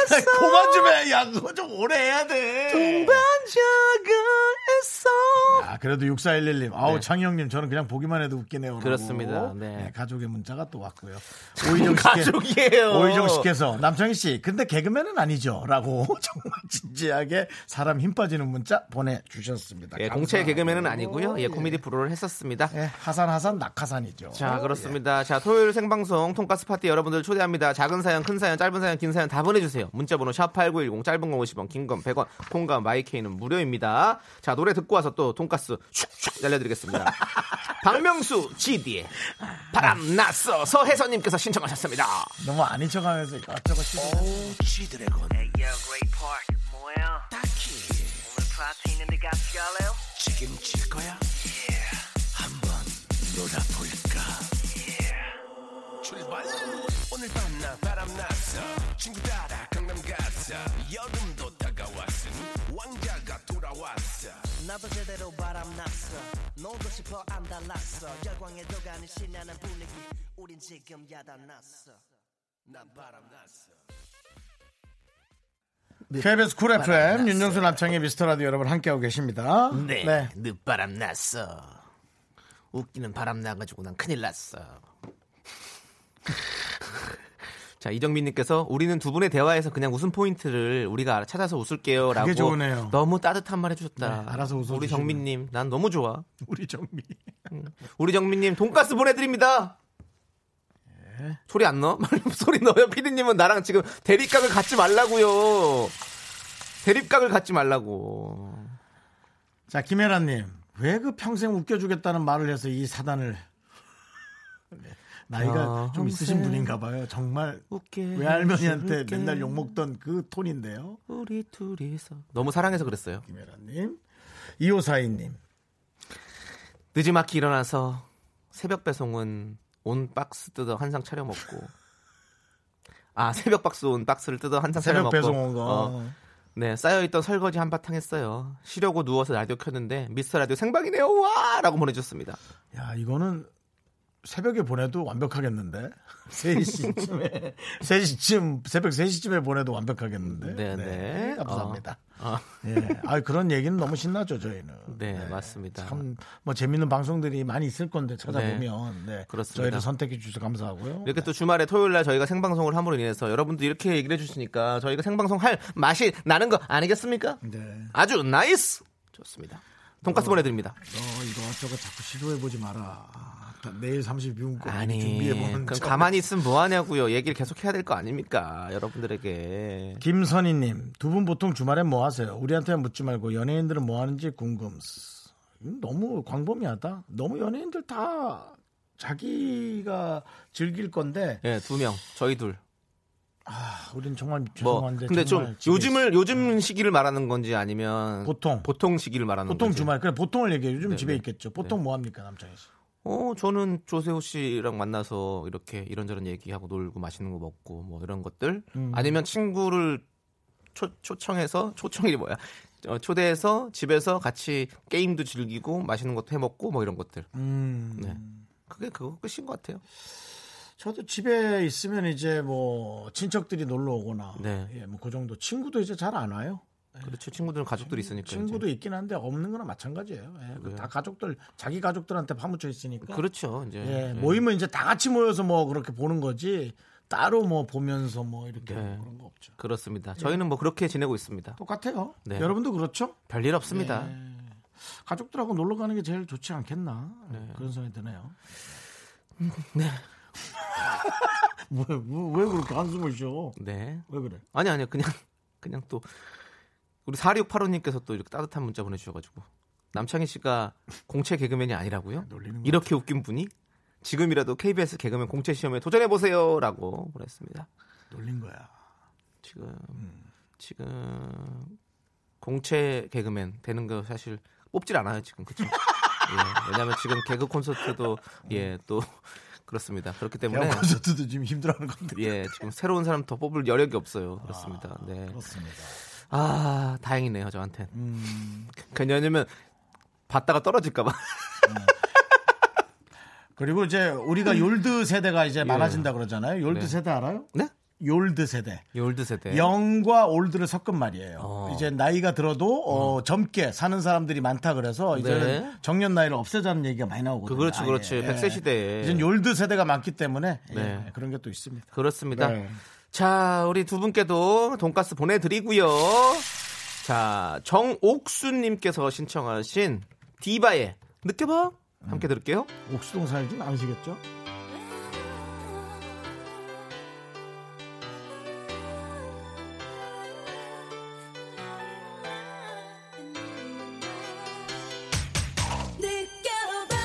남자가 있어 그만 좀 해. 야, 그거 좀 오래 해야 돼. 반자가 있어 아, 그래도 6411님. 아우, 네. 창희형님, 저는 그냥 보기만 해도 웃기네요. 라고. 그렇습니다. 네. 가족의 문자가 또 왔고요. 오희정 씨께- 가족이에요. 오희정 씨께서 남창희 씨, 근데 개그맨은 아니죠. 라고 정말 진지하게 사람 힘 빠지는 문자 보내주셨습니다. 예, 감사합니다. 공채 개그맨은 아니고요. 예, 코미디 프로를 했었습니다. 예, 하산, 하산, 낙하산이죠. 자 그렇습니다. 자 토요일 생방송 통가스 파티 여러분들 초대합니다. 작은 사연, 큰 사연, 짧은 사연, 긴 사연 다 보내주세요. 문자번호 샵 #8910 짧은 건 50원, 긴 건 100원, 콩과 마이케이는 무료입니다. 자 노래 듣고 와서 또 통가스 슉슉 날려드리겠습니다. 박명수 GD의 바람 났어 서혜선님께서 신청하셨습니다. 너무 아닌 척 하면서 이것저것 어, 시도 나도 제대로 바람났어 놀고 싶어 안달랐어 열광에 도가는 신나는 분위기 우린 지금 야단났어 네. KBS 쿨 FM, 윤정수 남창희 미스터 라디오 여러분 함께하고 계십니다. 네. 늦바람 났어. 웃기는 바람 나가지고 난 큰일 났어. 자 이정민님께서 우리는 두 분의 대화에서 그냥 웃음 포인트를 우리가 찾아서 웃을게요라고 그게 좋으네요. 너무 따뜻한 말 네, 해주셨다. 알아서 웃어주시고요. 우리 정민님 난 너무 좋아. 우리 정미. 우리 정민님 돈가스 보내드립니다. 예. 소리 안 넣어? 소리 넣어요. 피디님은 나랑 지금 대립각을 갖지 말라고요. 대립각을 갖지 말라고. 자, 김혜란님. 왜 그 평생 웃겨주겠다는 말을 해서 이 사단을. 네, 나이가 아, 좀 있으신 평생. 네, 분인가 봐요. 정말 웃게 외할머니한테 해줄게. 맨날 욕먹던 그 톤인데요. 우리 둘이서 너무 사랑해서 그랬어요. 김혜란님. 2542님. 늦지막히 일어나서 새벽 배송은 온 박스 뜯어 한 상 차려 먹고 아 새벽 박스 온 박스를 뜯어 한 상 차려 새벽 먹고 배송 온 거. 어, 네 쌓여있던 설거지 한바탕 했어요. 쉬려고 누워서 라디오 켰는데 미스터 라디오 생방이네요 와라고 보내줬습니다. 야, 이거는 새벽에 보내도 완벽하겠는데. 3시쯤에 3시쯤 새벽 3시쯤에 보내도 완벽하겠는데. 네, 네. 감사합니다. 아, 예. 아, 그런 얘기는 너무 신나죠, 저희는. 네, 맞습니다. 참 뭐 재밌는 방송들이 많이 있을 건데 찾아보면 네. 아. 그렇습니다. 네, 그 저희를 선택해 주셔서 감사하고요. 이렇게 또 주말에 토요일 날 저희가 생방송을 함으로 인해서 여러분도 이렇게 얘기를 해주시니까 저희가 생방송 할 맛이 나는 거 아니겠습니까? 네. 어. 아주 나이스! 좋습니다. 돈가스 보내드립니다. 너 이거저거 자꾸 시도해 보지 마라. 나 내일 36분까지 아니, 그 준비해 보는 그럼 가만히 있으면 뭐하냐고요. 얘기를 계속 해야 될 거 아닙니까? 여러분들에게. 김선희님, 두 분 보통 주말엔 뭐 하세요? 우리한테 묻지 말고 연예인들은 뭐 하는지 궁금. 이건 너무 광범위하다. 너무 연예인들 다 자기가 즐길 건데, 예, 두 명, 저희 둘. 아, 우린 정말 뭐, 죄송한데. 근데 좀 정말 집에 네. 요즘을 요즘 시기를 말하는 건지 아니면 보통. 보통 시기를 말하는 보통 건지. 주말 그래 보통을 얘기해 요즘 네, 집에 네. 있겠죠. 보통 뭐 합니까 남창희 씨? 어, 저는 조세호 씨랑 만나서 이렇게 이런저런 얘기하고 놀고 맛있는 거 먹고 뭐 이런 것들 음. 아니면 친구를 초, 초청해서 초청이 뭐야? 어, 초대해서 집에서 같이 게임도 즐기고 맛있는 것도 해 먹고 뭐 이런 것들. 음, 네. 그게 그거 끝인 것 같아요. 저도 집에 있으면 이제 뭐 친척들이 놀러 오거나, 네. 예, 뭐 그 정도 친구도 이제 잘 안 와요. 그렇죠. 친구들은 가족들이 있으니까. 이제. 친구도 있긴 한데 없는 거나 마찬가지예요. 예, 그다 가족들 자기 가족들한테 파묻혀 있으니까. 그렇죠. 이제 예, 네. 모임은 이제 다 같이 모여서 뭐 그렇게 보는 거지 따로 뭐 보면서 뭐 이렇게 네. 그런 거 없죠. 예. 그렇습니다. 저희는 뭐 그렇게 지내고 있습니다. 똑같아요. 네. 여러분도 그렇죠? 별일 없습니다. 예. 가족들하고 놀러 가는 게 제일 좋지 않겠나 그런 생각이 드네요. 네. 왜, 왜 그렇게 한숨을 쉬어? 네. 왜 그래? 아니 아니요 그냥 그냥 또 우리 4685님께서 또 이렇게 따뜻한 문자 보내주셔가지고 남창희 씨가 공채 개그맨이 아니라고요? 놀리는 거 이렇게 웃긴 분이 지금이라도 KBS 개그맨 공채 시험에 도전해 보세요라고 보냈습니다. 놀린 거야. 지금 음. 지금 공채 개그맨 되는 거 사실 뽑질 않아요 지금 그렇죠? 예, 왜냐하면 지금 개그 콘서트도 예 또 그렇습니다. 그렇기 때문에 대학 콘서트도 지금 힘들어하는 건데. 예 지금 새로운 사람 더 뽑을 여력이 없어요. 그렇습니다. 음. 네. 그렇습니다. 아 다행이네요 저한테. 는 괜히 왜냐면 봤다가 떨어질까봐. 그리고 이제 우리가 욜드 세대가 이제 많아진다 그러잖아요. 욜드 음. 예. 네. 세대 알아요? 네? 욜드 세대. 올드 세대. 영과 올드를 섞은 말이에요. 네. 어. 이제 나이가 들어도 어, 젊게 사는 사람들이 많다 그래서 이제는 네. 정년 나이를 없애자는 얘기가 많이 나오거든요. 그 그렇지 아예. 그렇지. 예. 백세 시대에. 이젠 올드 세대가 많기 때문에 예, 네. 그런 게 또 있습니다. 그렇습니다. 네. 자 우리 두 분께도 돈가스 보내드리고요. 자 정옥수님께서 신청하신 디바의 느껴봐 함께 들을게요. 옥수동 사이즈는 아니시겠죠? 느껴봐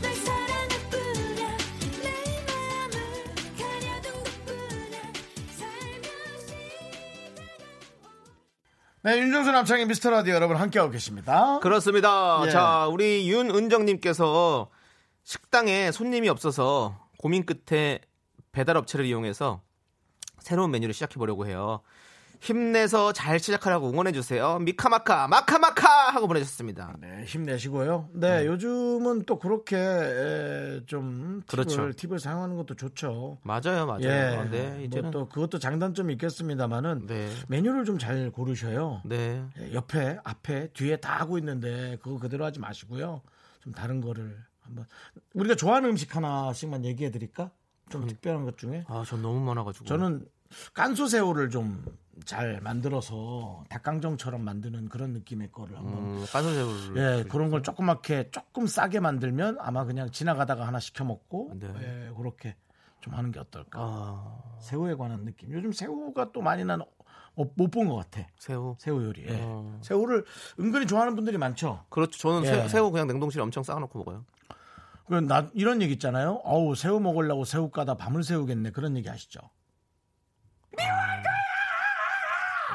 널 사랑할 뿐이야 내 마음을 가려둔 것뿐이야 살며시 네, 윤정수 남창의 미스터 라디오 여러분 함께하고 계십니다. 그렇습니다. 예. 자, 우리 윤은정님께서 식당에 손님이 없어서 고민 끝에 배달업체를 이용해서 새로운 메뉴를 시작해보려고 해요. 힘내서 잘 시작하라고 응원해주세요. 미카마카, 마카마카! 하고 보내셨습니다. 네, 힘내시고요. 네, 요즘은 또 그렇게 에, 좀 팁을, 그렇죠. 팁을 사용하는 것도 좋죠. 맞아요, 맞아요. 예, 네, 이제는. 뭐또 그것도 장단점이 있겠습니다만은 네. 메뉴를 좀 잘 고르셔요. 네. 예, 옆에, 앞에, 뒤에 다 하고 있는데 그거 그대로 하지 마시고요. 좀 다른 거를 한번 우리가 좋아하는 음식 하나씩만 얘기해 드릴까? 좀 특별한 것 중에 아, 전 너무 많아가지고. 저는 깐소새우를 좀 잘 만들어서 닭강정처럼 만드는 그런 느낌의 거를 한번 음, 그렇죠. 깐소새우를. 예, 그런 걸 조그맣게 조금 싸게 만들면 아마 그냥 지나가다가 하나 시켜 먹고 네. 예, 그렇게 좀 하는 게 어떨까? 아, 새우에 관한 느낌. 요즘 새우가 또 많이 난 못 본 것 같아. 새우. 새우 요리. 예. 어. 새우를 은근히 좋아하는 분들이 많죠. 그렇죠. 저는 새- 예. 새우 그냥 냉동실에 엄청 쌓아놓고 먹어요. 그 나 이런 얘기 있잖아요. 어우 새우 먹으려고 새우 까다 밤을 새우겠네 그런 얘기 아시죠?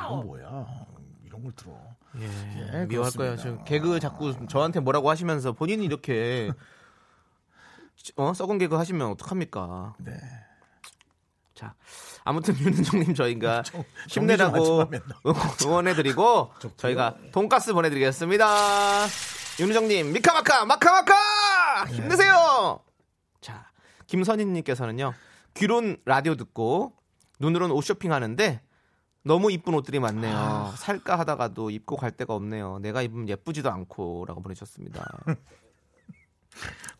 이건 뭐야? 이런 걸 들어. 예, 아. 예, 미워할 그렇습니다. 거예요. 지금 개그 자꾸 저한테 뭐라고 하시면서 본인이 이렇게 어 썩은 개그 하시면 어떡합니까? 네. 자, 아무튼 윤은정님 저희가 정리 좀 하지 마, 힘내라고 맨날. 응원해드리고 저희가 돈가스 네. 보내드리겠습니다. 윤은정님 미카마카 마카마카 힘내세요. 자, 김선희님께서는요. 귀론 라디오 듣고 눈으론 옷 쇼핑하는데 너무 이쁜 옷들이 많네요. 아. 살까 하다가도 입고 갈 데가 없네요. 내가 입으면 예쁘지도 않고라고 보내주셨습니다.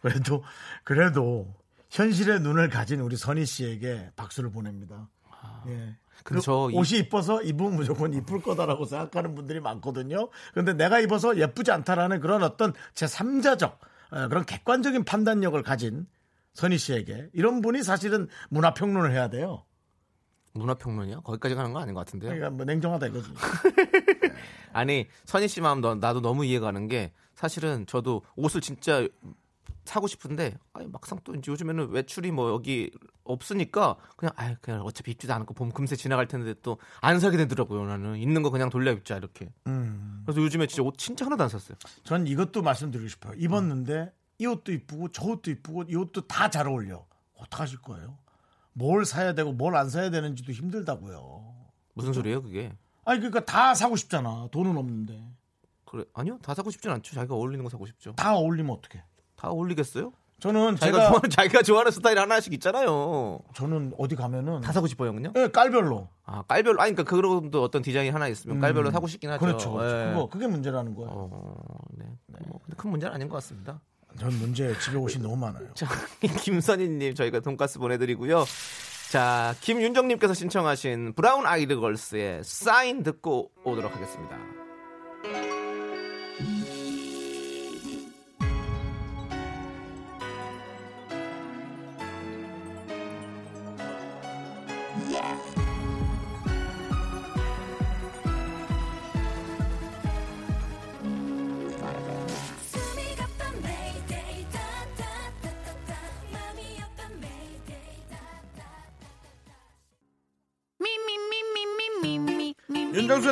그래도 그래도 현실의 눈을 가진 우리 선희 씨에게 박수를 보냅니다. 예. 근데 그 저 이- 옷이 이뻐서 입으면 무조건 이쁠 거다라고 생각하는 분들이 많거든요. 그런데 내가 입어서 예쁘지 않다라는 그런 어떤 제 3자적 어, 그런 객관적인 판단력을 가진 선희 씨에게 이런 분이 사실은 문화 평론을 해야 돼요. 문화 평론이요? 거기까지 가는 건 아닌 것 같은데요. 그러니까 뭐 냉정하다 이거지. 아니 선희 씨 마음 너- 나도 너무 이해가 가는 게 사실은 저도 옷을 진짜 사고 싶은데 아니 막상 또 이제 요즘에는 외출이 뭐 여기 없으니까 그냥 아 그냥 어차피 입지도 않고 보면 금세 지나갈 텐데 또 안 사게 되더라고요 나는 있는 거 그냥 돌려 입자 이렇게 그래서 요즘에 진짜 옷 진짜 하나도 안 샀어요 전 이것도 말씀드리고 싶어요. 입었는데 이 옷도 이쁘고 저 옷도 이쁘고 이 옷도 다 잘 어울려. 어떡하실 거예요? 뭘 사야 되고 뭘 안 사야 되는지도 힘들다고요. 무슨 소리예요 그게 아니 그러니까 다 사고 싶잖아. 돈은 없는데. 그래 아니요 다 사고 싶진 않죠 자기가 어울리는 거 사고 싶죠 다 어울리면 어떡해. 다 어울리겠어요 저는 자기가 제가 좋아하는 자기가 좋아하는 스타일 하나씩 있잖아요 저는 어디 가면은 다 사고 싶어요 그냥 예, 깔별로. 아 깔별로 아니 그러니까 그런도 어떤 디자인이 하나 있으면 깔별로 사고 싶긴 하죠. 그렇죠. 그렇죠. 예. 그거 그게 문제라는 거예요. 어, 네. 뭐, 근데 큰 문제는 아닌 것 같습니다. 전 문제 집에 옷이 너무 많아요. 자, 김선희님 저희가 돈가스 보내드리고요. 자, 김윤정님께서 신청하신 브라운 아이드 걸스의 사인 듣고 오도록 하겠습니다. 윤정수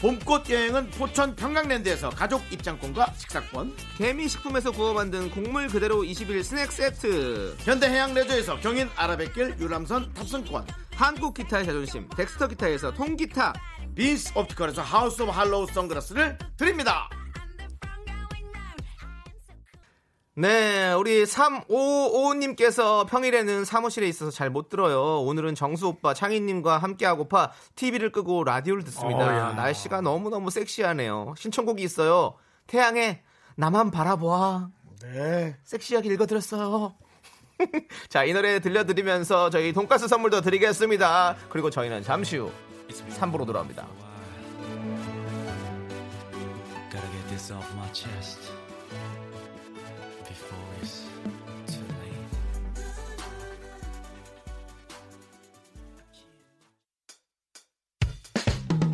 봄꽃 여행은 포천 평강랜드에서 가족 입장권과 식사권, 개미식품에서 구워 만든 곡물 그대로 21 스낵 세트, 현대해양 레저에서 경인 아라뱃길 유람선 탑승권, 한국 기타의 자존심, 덱스터 기타에서 통기타, 빈스 옵티컬에서 하우스 오브 할로우 선글라스를 드립니다. 네, 우리 3555님께서 평일에는 사무실에 있어서 잘 못 들어요. 오늘은 정수 오빠, 창희님과 함께하고파 TV를 끄고 라디오를 듣습니다. 날씨가 너무너무 섹시하네요. 신청곡이 있어요. 태양의 나만 바라보아. 네. 섹시하게 읽어드렸어요. 자, 이 노래 들려드리면서 저희 돈가스 선물도 드리겠습니다. 그리고 저희는 잠시 후 3부로 돌아옵니다. Gotta get this off my chest before it's too late.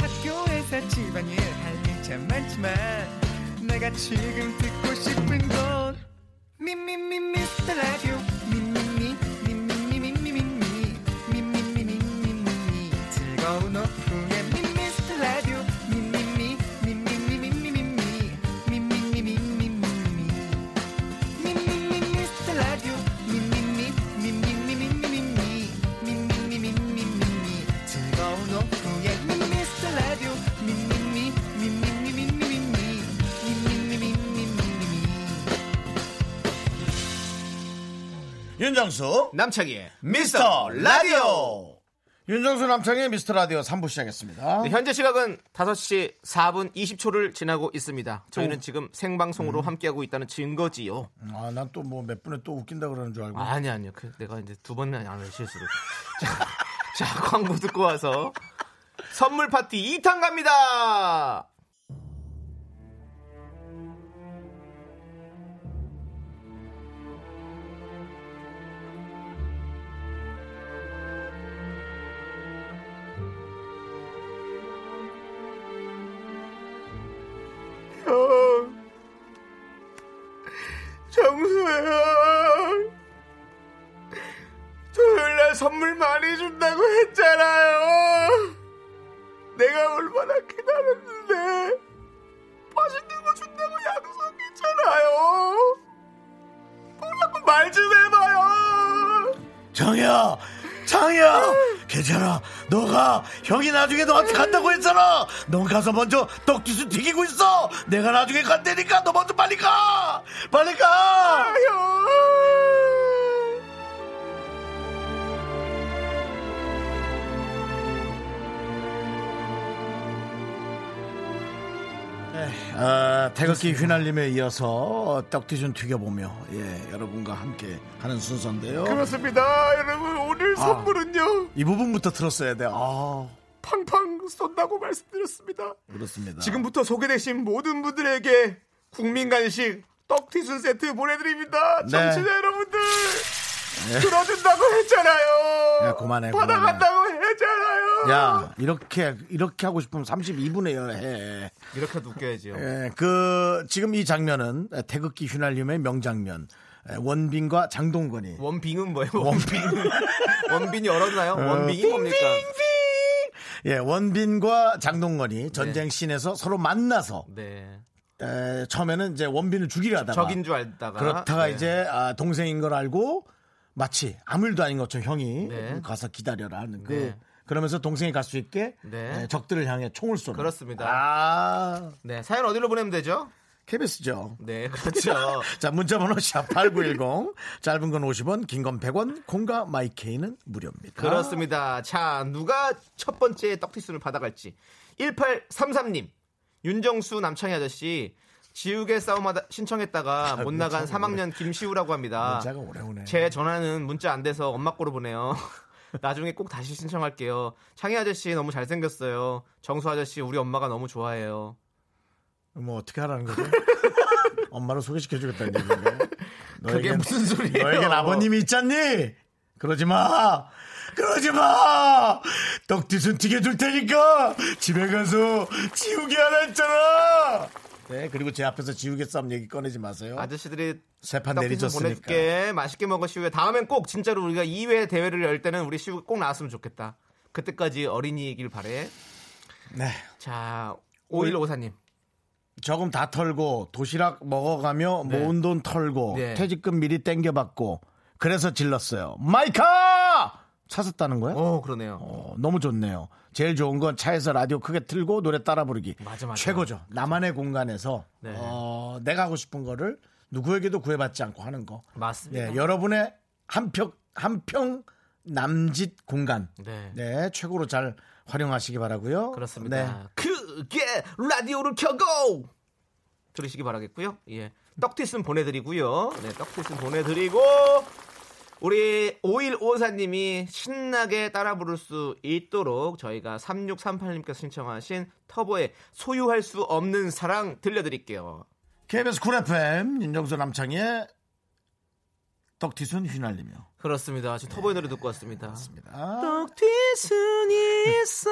학교에서 집안일 할 일 참 많지만 내가 지금 듣고 싶은 건 미미미 미스터 라디오 미미미 미미미 미미미 미미미 미미미 미미미 즐거운 오후에 미스터 라디오 미미미 미미미 미미미 미미미 미미미 미미미 미스터 라디오 미미미 미미미 미미미 미미미 미미미 즐거운 오후에 미스터 라디오 미미미 미미미 미미미 미미미 미미미 윤정수 남창희의 미스터 라디오. 윤정수 남창의 미스터 라디오 3부 시작했습니다. 네, 현재 시각은 5시 4분 20초를 지나고 있습니다. 저희는 지금 생방송으로 함께하고 있다는 증거지요. 아, 난 또 뭐 몇 분에 또 웃긴다 그러는 줄 알고. 아니 아니요. 그 내가 이제 두 번은 안 해요, 실수로. 자, 자, 광고 듣고 와서 선물 파티 2탄 갑니다. 정수야. 토요일날 선물 많이 준다고 했잖아요. 내가 얼마나 기다렸는데. 말 좀 해봐요. 장이야, 장이야, 괜찮아. 너가 형이 나중에 너한테 간다고 했잖아. 넌 가서 먼저 떡지수 튀기고 있어. 내가 나중에 간다니까 너 먼저 빨리 가. 빨리 가. 아, 태극기 휘날림에 이어서 떡튀순 튀겨보며 예, 여러분과 함께 하는 순서인데요. 그렇습니다, 아, 여러분. 오늘 선물은요. 이 부분부터 들었어야 돼요. 아, 팡팡 쏜다고 말씀드렸습니다. 그렇습니다. 지금부터 소개되신 모든 분들에게 국민 간식 떡튀순 세트 보내드립니다. 네. 청취자 여러분들 들어준다고 했잖아요. 야, 그만해, 받아간다고 했잖아요. 야, 이렇게 이렇게 하고 싶으면 32분에 해. 이렇게 웃겨야지요. 예, 그 지금 이 장면은 태극기 휘날림의 명장면. 예, 원빈과 장동건이 원빙은 뭐예요? 원빙. 원빈이 어. 얼었나요? 원빙이 뭡니까? 예, 원빈과 장동건이 전쟁 씬에서 서로 만나서 네. 에, 처음에는 이제 원빈을 죽이려 하다가 적인 줄 알다가. 그렇다가 네. 이제 아, 동생인 걸 알고 마치 아무 일도 아닌 것처럼 형이 네. 가서 기다려라 하는 그 네. 그러면서 동생이 갈 수 있게 네. 에, 적들을 향해 총을 쏘는 그렇습니다. 아 네, 사연 어디로 보내면 되죠? KBS죠. 네, 그렇죠. 자 문자번호 샵8910 짧은 건 50원 긴 건 100원 공과 마이케이는 무료입니다. 그렇습니다. 자, 누가 첫 번째 떡티순을 받아갈지. 1833님, 윤정수 남창희 아저씨, 지우개 싸움하다 신청했다가 못 나간 3학년 김시우라고 합니다. 아, 문자가 오래 오네. 제 전화는 문자 안 돼서 엄마 거로 보내요. 나중에 꼭 다시 신청할게요. 창희 아저씨 너무 잘생겼어요. 정수 아저씨 우리 엄마가 너무 좋아해요. 뭐 어떻게 하라는 거죠? 엄마를 소개시켜주겠다는 얘기인데. 그게 무슨 소리예요? 너에겐 아버님이 있잖니? 그러지 마! 그러지 마! 떡튀순 튀겨줄 테니까 집에 가서 지우개 하나 했잖아! 네, 그리고 제 앞에서 지우개 싸움 얘기 꺼내지 마세요. 아저씨들이 세판 떡 내리셨으니까. 보내줄게. 맛있게 먹어 시우야. 다음엔 꼭 진짜로 우리가 2회 대회를 열 때는 우리 시우 꼭 나왔으면 좋겠다. 그때까지 어린이이길 바래. 네. 자, 5154님. 저금 다 털고 도시락 먹어가며 모은 돈 털고 네. 퇴직금 미리 땡겨받고 그래서 질렀어요. 마이카! 찾았다는 거야? 오, 그러네요. 어, 너무 좋네요. 제일 좋은 건 차에서 라디오 크게 틀고 노래 따라 부르기. 맞아, 맞아. 최고죠. 나만의 공간에서 네. 어, 내가 하고 싶은 거를 누구에게도 구애받지 않고 하는 거. 맞습니다. 네, 여러분의 한평 한평 남짓 공간. 네. 네, 최고로 잘 활용하시기 바라고요. 네. 그렇습니다. 그게 라디오를 켜고 들으시기 바라겠고요. 예. 떡티슨 보내드리고요. 네, 떡티슨 보내드리고 우리 5154님이 신나게 따라 부를 수 있도록 저희가 3638님께서 신청하신 터보의 소유할 수 없는 사랑 들려드릴게요. KBS 쿨 FM 윤정수 남창의 떡튀순 휘날리며 그렇습니다. 지금 터보의 노래 듣고 왔습니다. 그렇습니다. 떡티슨이 있어.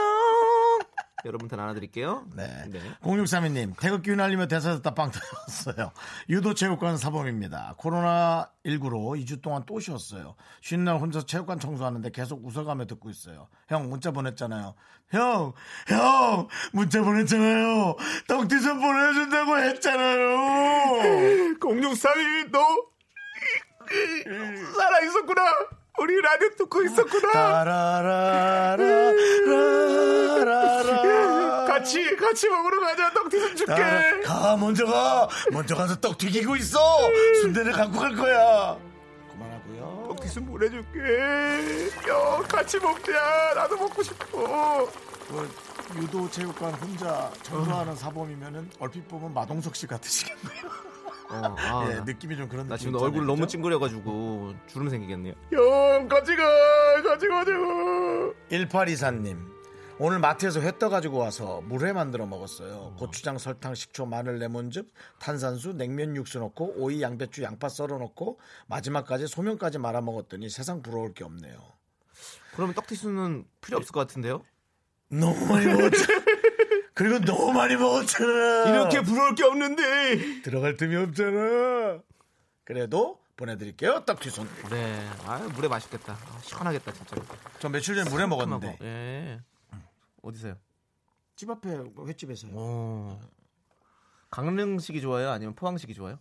여러분 다 나눠드릴게요. 네. 네. 0632님, 태극기 휘날리며 대사에다 빵 터졌어요. 유도체육관 사범입니다. 코로나19로 2주 동안 또 쉬었어요. 쉬는 날 혼자 체육관 청소하는데 계속 웃어가며 듣고 있어요. 형, 문자 보냈잖아요. 형, 형, 문자 보냈잖아요. 떡티선 보내준다고 했잖아요. 0632, 너 음. 살아 있었구나. 우리 라디오 아. 듣고 있었구나. 따라라라라라라. 같이 같이 먹으러 가자. 떡튀순 줄게. 따라- 가 먼저 가 먼저 가서 떡 튀기고 있어 순대를 갖고 갈 거야 그만하고요 떡튀순 보내줄게. 야, 같이 먹자. 나도 먹고 싶어. 그 유도 체육관 혼자 전도하는 사범이면은 얼핏 보면 마동석 씨 같으시겠네요 예, 느낌이 좀 그런 어, 아, 네. 나 느낌 지금 얼굴 있잖아요, 너무 그죠? 찡그려가지고 주름 생기겠네요. 형, 같이 가, 같이 가자고. 1824님 오늘 마트에서 회 떠가지고 와서 물회 만들어 먹었어요 고추장 설탕 식초 마늘 레몬즙 탄산수 냉면 육수 넣고 오이 양배추 양파 썰어 넣고 마지막까지 소면까지 말아 먹었더니 세상 부러울 게 없네요 그러면 떡튀순은 필요 없을 것 같은데요? 너무 많이 먹었잖아. 그리고 너무 많이 먹었잖아. 부러울 게 없는데. 들어갈 틈이 없잖아. 그래도 보내드릴게요. 딱튀순. 네, 아 물에 맛있겠다. 아, 시원하겠다 진짜. 저 며칠 전에 물에 먹었는데. 음. 하고. 예. 어디세요? 집 앞에 횟집에서. 요 어. 오. 강릉식이 좋아요? 아니면 포항식이 좋아요?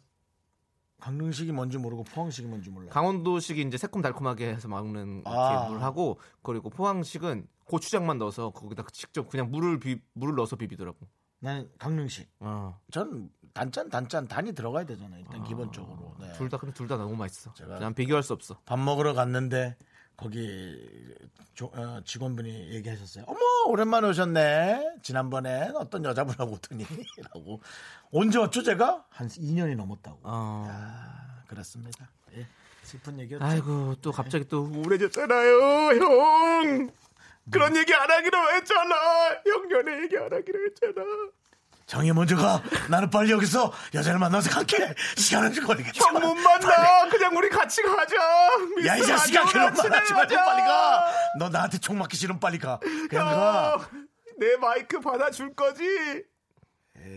강릉식이 뭔지 모르고 포항식이 뭔지 몰라. 요 강원도식이 이제 새콤달콤하게 해서 먹는 아. 이렇게 물 하고 그리고 포항식은 고추장만 넣어서 거기다 직접 그냥 물을 비, 물을 넣어서 비비더라고. 난 강릉식. 어. 전 단짠 단짠 단이 들어가야 되잖아요. 일단 기본적으로. 네. 둘다 근데 둘 다 너무 맛있어. 제가- 난 비교할 수 없어. 밥 먹으러 갔는데 거기 조- 어, 직원분이 얘기하셨어요. 어머 오랜만에 오셨네. 지난번에 어떤 여자분하고 오더니라고 언제 왔죠 제가 한 2년이 넘었다고. 어. 아, 그렇습니다. 예, 슬픈 얘기였죠. 아이고 또 갑자기 또 우울해졌잖아요, 형. 그런 얘기 안 하기로 했잖아. 형 연애 얘기 안 하기로 했잖아. 정이 먼저 가. 나는 빨리 여기서 여자를 만나서 갈게. 시간은 좀 걸리겠지만. 형 못 만나. 아, 그냥 우리 같이 가자. 야, 이 미스 자식아, 라디오 그런 같이 말 하지 말고 가자. 빨리 가. 너 나한테 총 맞기 싫으면 빨리 가. 그냥 가. 내 마이크 받아줄 거지?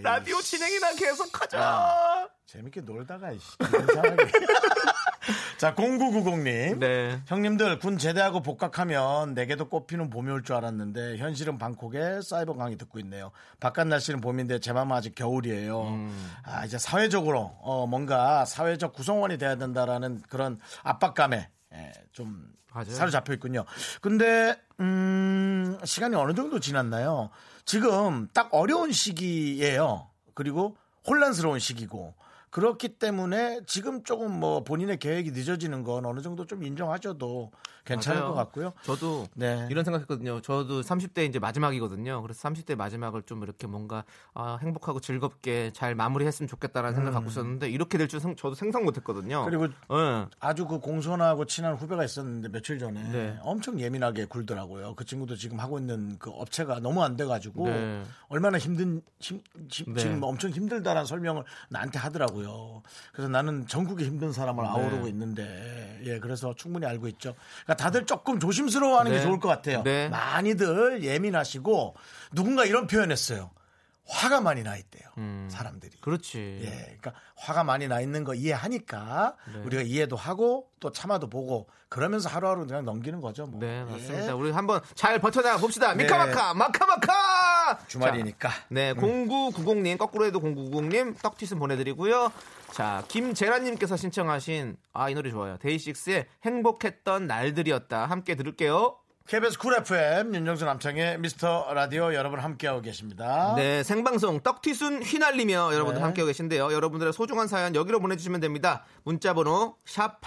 라디오 진행이나 계속하자. 아, 재밌게 놀다가, 이씨. 이상하게. 자, 0990님. 네. 형님들 군 제대하고 복학하면 내게도 꽃피는 봄이 올 줄 알았는데 현실은 방콕에 사이버 강의 듣고 있네요. 바깥 날씨는 봄인데 제 마음은 아직 겨울이에요. 음. 아 이제 사회적으로 어, 뭔가 사회적 구성원이 돼야 된다라는 그런 압박감에 예, 좀 맞아요. 사로잡혀 있군요. 근데 음, 시간이 어느 정도 지났나요? 지금 딱 어려운 시기예요. 그리고 혼란스러운 시기고 그렇기 때문에 지금 조금 뭐 본인의 계획이 늦어지는 건 어느 정도 좀 인정하셔도 괜찮을 맞아요. 것 같고요. 저도 네. 이런 생각했거든요. 저도 30대 이제 마지막이거든요. 그래서 30대 마지막을 좀 이렇게 뭔가 아, 행복하고 즐겁게 잘 마무리했으면 좋겠다라는 생각 갖고 있었는데 이렇게 될 줄 저도 생각 음. 못했거든요. 그리고 예. 아주 그 공손하고 친한 후배가 있었는데 며칠 전에 네. 엄청 예민하게 굴더라고요. 그 친구도 지금 하고 있는 그 업체가 너무 안 돼가지고 네. 얼마나 힘든 힘- 힘- 네. 지금 엄청 힘들다라는 설명을 나한테 하더라고요. 그래서 나는 전국의 힘든 사람을 네. 아우르고 있는데 예 그래서 충분히 알고 있죠. 그러니까 다들 조금 조심스러워하는 네. 게 좋을 것 같아요. 네. 많이들 예민하시고 누군가 이런 표현했어요. 화가 많이 나 있대요. 사람들이. 음. 그렇지. 예, 그러니까 화가 많이 나 있는 거 이해하니까 네. 우리가 이해도 하고 또 참아도 보고 그러면서 하루하루 그냥 넘기는 거죠. 뭐. 네 맞습니다. 예. 우리 한번 잘 버텨나 봅시다. 네. 미카마카 마카마카. 자, 주말이니까. 네, 0990님, 거꾸로 해도 0990님, 떡튀순 보내드리고요. 자, 김재란님께서 신청하신, 아, 이 노래 좋아요. 데이식스의 행복했던 날들이었다. 함께 들을게요. KBS 쿨 FM 윤정수 남창의 미스터 라디오 여러분 함께하고 계십니다. 네, 생방송 떡튀순 휘날리며 여러분들 아. 네. 함께하고 계신데요. 여러분들의 소중한 사연 여기로 보내주시면 됩니다. 문자번호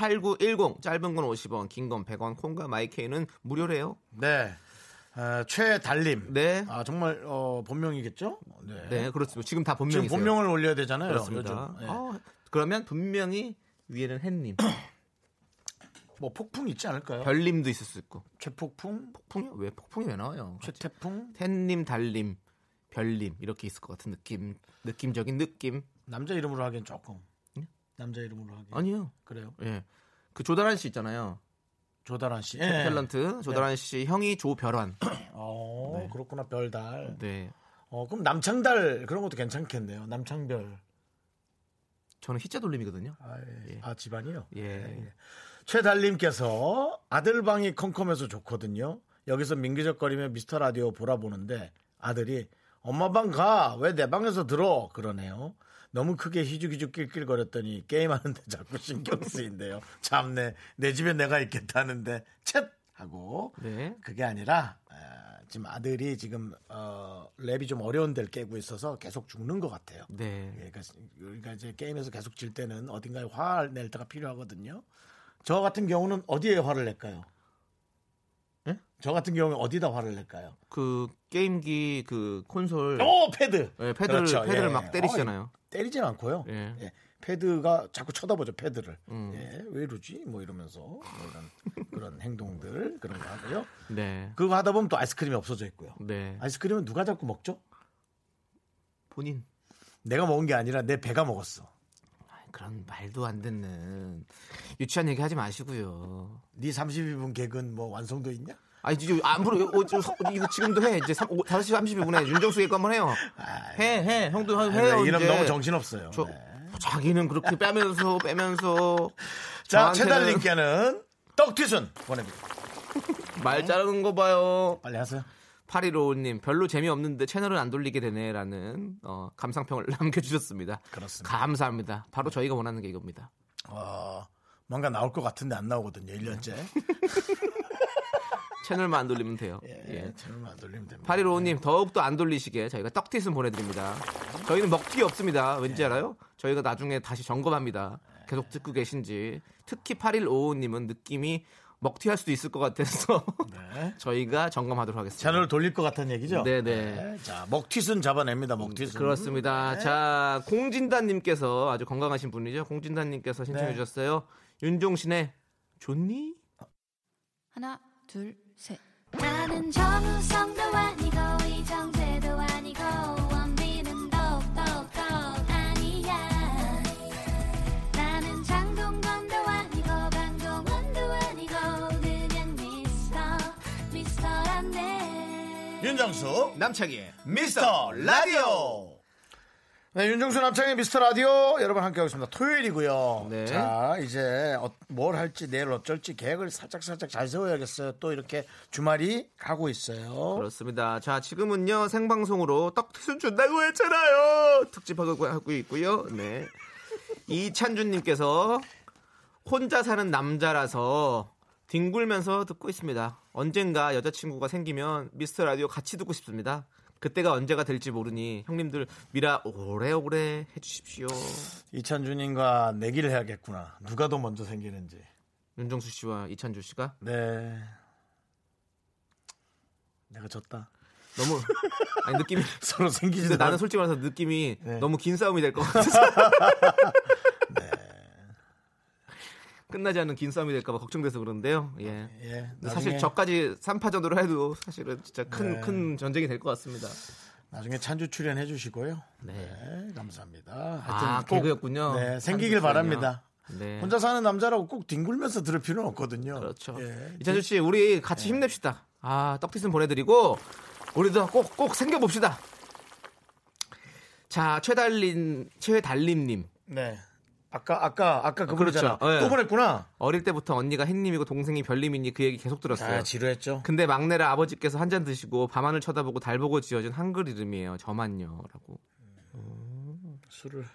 샵8910, 짧은 건 50원, 긴 건 100원, 콩과 마이케이는 무료래요. 네. 어, 최달림. 네. 아 정말 어, 본명이겠죠? 네. 네, 그렇습니다. 지금 다 지금 본명이세요. 본명을 올려야 되잖아요. 그렇습니다. 요즘. 예. 어, 그러면 분명히 위에는 햇님, 뭐 폭풍 있지 않을까요? 별님도 있을 수 있고. 최폭풍, 폭풍이 왜 폭풍이 왜 나와요? 최태풍. 텐님, 달님, 별님 이렇게 있을 것 같은 느낌, 느낌적인 예. 느낌 남자 이름으로 하기엔 조금. 남자 이름으로 하기. 엔 네? 아니요. 그래요. 예, 그 조달한 씨 있잖아요. 조달한 씨. 예. 탤런트 조달한 씨 형이 조별환. 어, 그렇구나. 별달. 네, 어, 그럼 남창달 그런 것도 괜찮겠네요. 남창별. 저는 희자 돌림이거든요. 아, 예. 아, 집안이요? 예. 최달님께서 아들 방이 컴컴해서 좋거든요. 여기서 민기적거리며 미스터 라디오 보라 보는데 아들이 엄마 방 가! 왜 내 방에서 들어! 그러네요. 너무 크게 희죽희죽 낄낄거렸더니 게임하는데 자꾸 신경 쓰인대요. 참내, 내 집에 내가 있겠다는데, 챗! 하고 네. 그게 아니라 아, 지금 아들이 지금 어, 랩이 좀 어려운 데를 깨고 있어서 계속 죽는 것 같아요. 네. 예, 그러니까, 그러니까 이제 게임에서 계속 질 때는 어딘가에 화를 낼 때가 필요하거든요. 저 같은 경우는 어디에 화를 낼까요? 예? 저 같은 경우는 어디다 화를 낼까요? 그 게임기 그 콘솔 오 패드. 예, 패드를 패드를 막 때리시잖아요. 어, 때리진 않고요. 예. 예, 패드가 자꾸 쳐다보죠 패드를. 음. 예, 왜 이러지? 뭐 이러면서 뭐 이런 그런 행동들 그런 거 하고요. 네, 그거 하다 보면 또 아이스크림이 없어져 있고요. 네, 아이스크림은 누가 자꾸 먹죠? 본인 내가 먹은 게 아니라 내 배가 먹었어. 아이, 그런 말도 안 듣는 유치한 얘기 하지 마시고요. 네 32분 개근 뭐 완성도 있냐? 아니 이제 안부로 어, 이거, 이거 지금도 해 이제 3, 5시 32분에 윤정수 얘기 한번 해요. 해 해 형도 해, 네, 해요. 아, 이러면 이제. 너무 정신없어요. 저, 네. 자기는 그렇게 빼면서 빼면서 자, 저한테는 최달님께는 떡튀순 보내드릴게요. 말 자르는 거 봐요. 빨리 하세요. 8155님 별로 재미없는데 채널은 안 돌리게 되네라는 어, 감상평을 남겨주셨습니다. 그렇습니다. 감사합니다. 바로 저희가 원하는 게 이겁니다. 어, 뭔가 나올 것 같은데 안 나오거든요. 1년째. 채널만 안 돌리면 돼요. 예. 채널만 안 돌리면 됩니다. 8155님 더욱더 안 돌리시게 저희가 떡티슨 보내드립니다. 저희는 먹튀기 없습니다. 예. 왠지 알아요? 저희가 나중에 다시 점검합니다. 계속 듣고 계신지. 특히 8155님은 느낌이 먹튀할 수도 있을 것 같아서 네. 저희가 점검하도록 하겠습니다. 채널을 돌릴 것 같은 얘기죠? 예, 네네. 자, 먹튀순 잡아냅니다. 먹튀순. 네. 그렇습니다. 자, 공진단님께서 아주 건강하신 분이죠. 공진단님께서 신청해 네. 주셨어요. 윤종신의 좋니? 하나, 둘, 셋. 나는 정우성도 아니고 이정재도 아니고 원빈은 더욱더 아니야. 나는 장동건도 아니고 방종원도 아니고 그냥 미스터 미스터란데. 윤정수 남창희의 미스터 라디오. 네, 윤정수 남창의 미스터 라디오 여러분 함께 하고 있습니다. 토요일이고요. 네. 자, 이제 어- 뭘 할지 내일 어쩔지 계획을 살짝 살짝 잘 세워야겠어요. 또 이렇게 주말이 가고 있어요. 그렇습니다. 자, 지금은요 생방송으로 떡튀순 준다고 했잖아요. 특집하고 하고 있고요. 네. 이찬준님께서 혼자 사는 남자라서 뒹굴면서 듣고 있습니다. 언젠가 여자친구가 생기면 미스터 라디오 같이 듣고 싶습니다. 그때가 언제가 될지 모르니 형님들 미라 오래오래 해주십시오. 이찬준님과 내기를 해야겠구나. 누가 더 먼저 생기는지. 윤정수 씨와 이찬준 씨가 네. 내가 졌다. 너무 아니 느낌이 서로 생기지도 뭐. 근데 나는 않 솔직히 말해서 느낌이 네. 너무 긴 싸움이 될 것 같아서. 끝나지 않는 긴 싸움이 될까봐 걱정돼서 그런데요. 예. 예, 근데 나중에, 사실 저까지 3파전으로 해도 사실은 진짜 큰 큰 네. 전쟁이 될 것 같습니다. 나중에 찬주 출연해 주시고요. 네. 네, 감사합니다. 하여튼 아, 꼭, 개그였군요. 네, 생기길 찬주 바랍니다. 네. 혼자 사는 남자라고 꼭 뒹굴면서 들을 필요는 없거든요. 그렇죠. 예. 네. 이찬주 씨, 우리 같이 힘냅시다. 아, 떡티슨 보내드리고, 우리도 꼭, 꼭 생겨봅시다. 자, 최달린, 최달림님. 네. 아까 아까 아까 그분이잖아. 그렇죠. 예. 또 보냈구나. 어릴 때부터 언니가 햇님이고 동생이 별님이니 그 얘기 계속 들었어요. 아, 지루했죠. 근데 막내라 아버지께서 한 잔 드시고 밤하늘 쳐다보고 달 보고 지어진 한글 이름이에요. 저만요라고. 술을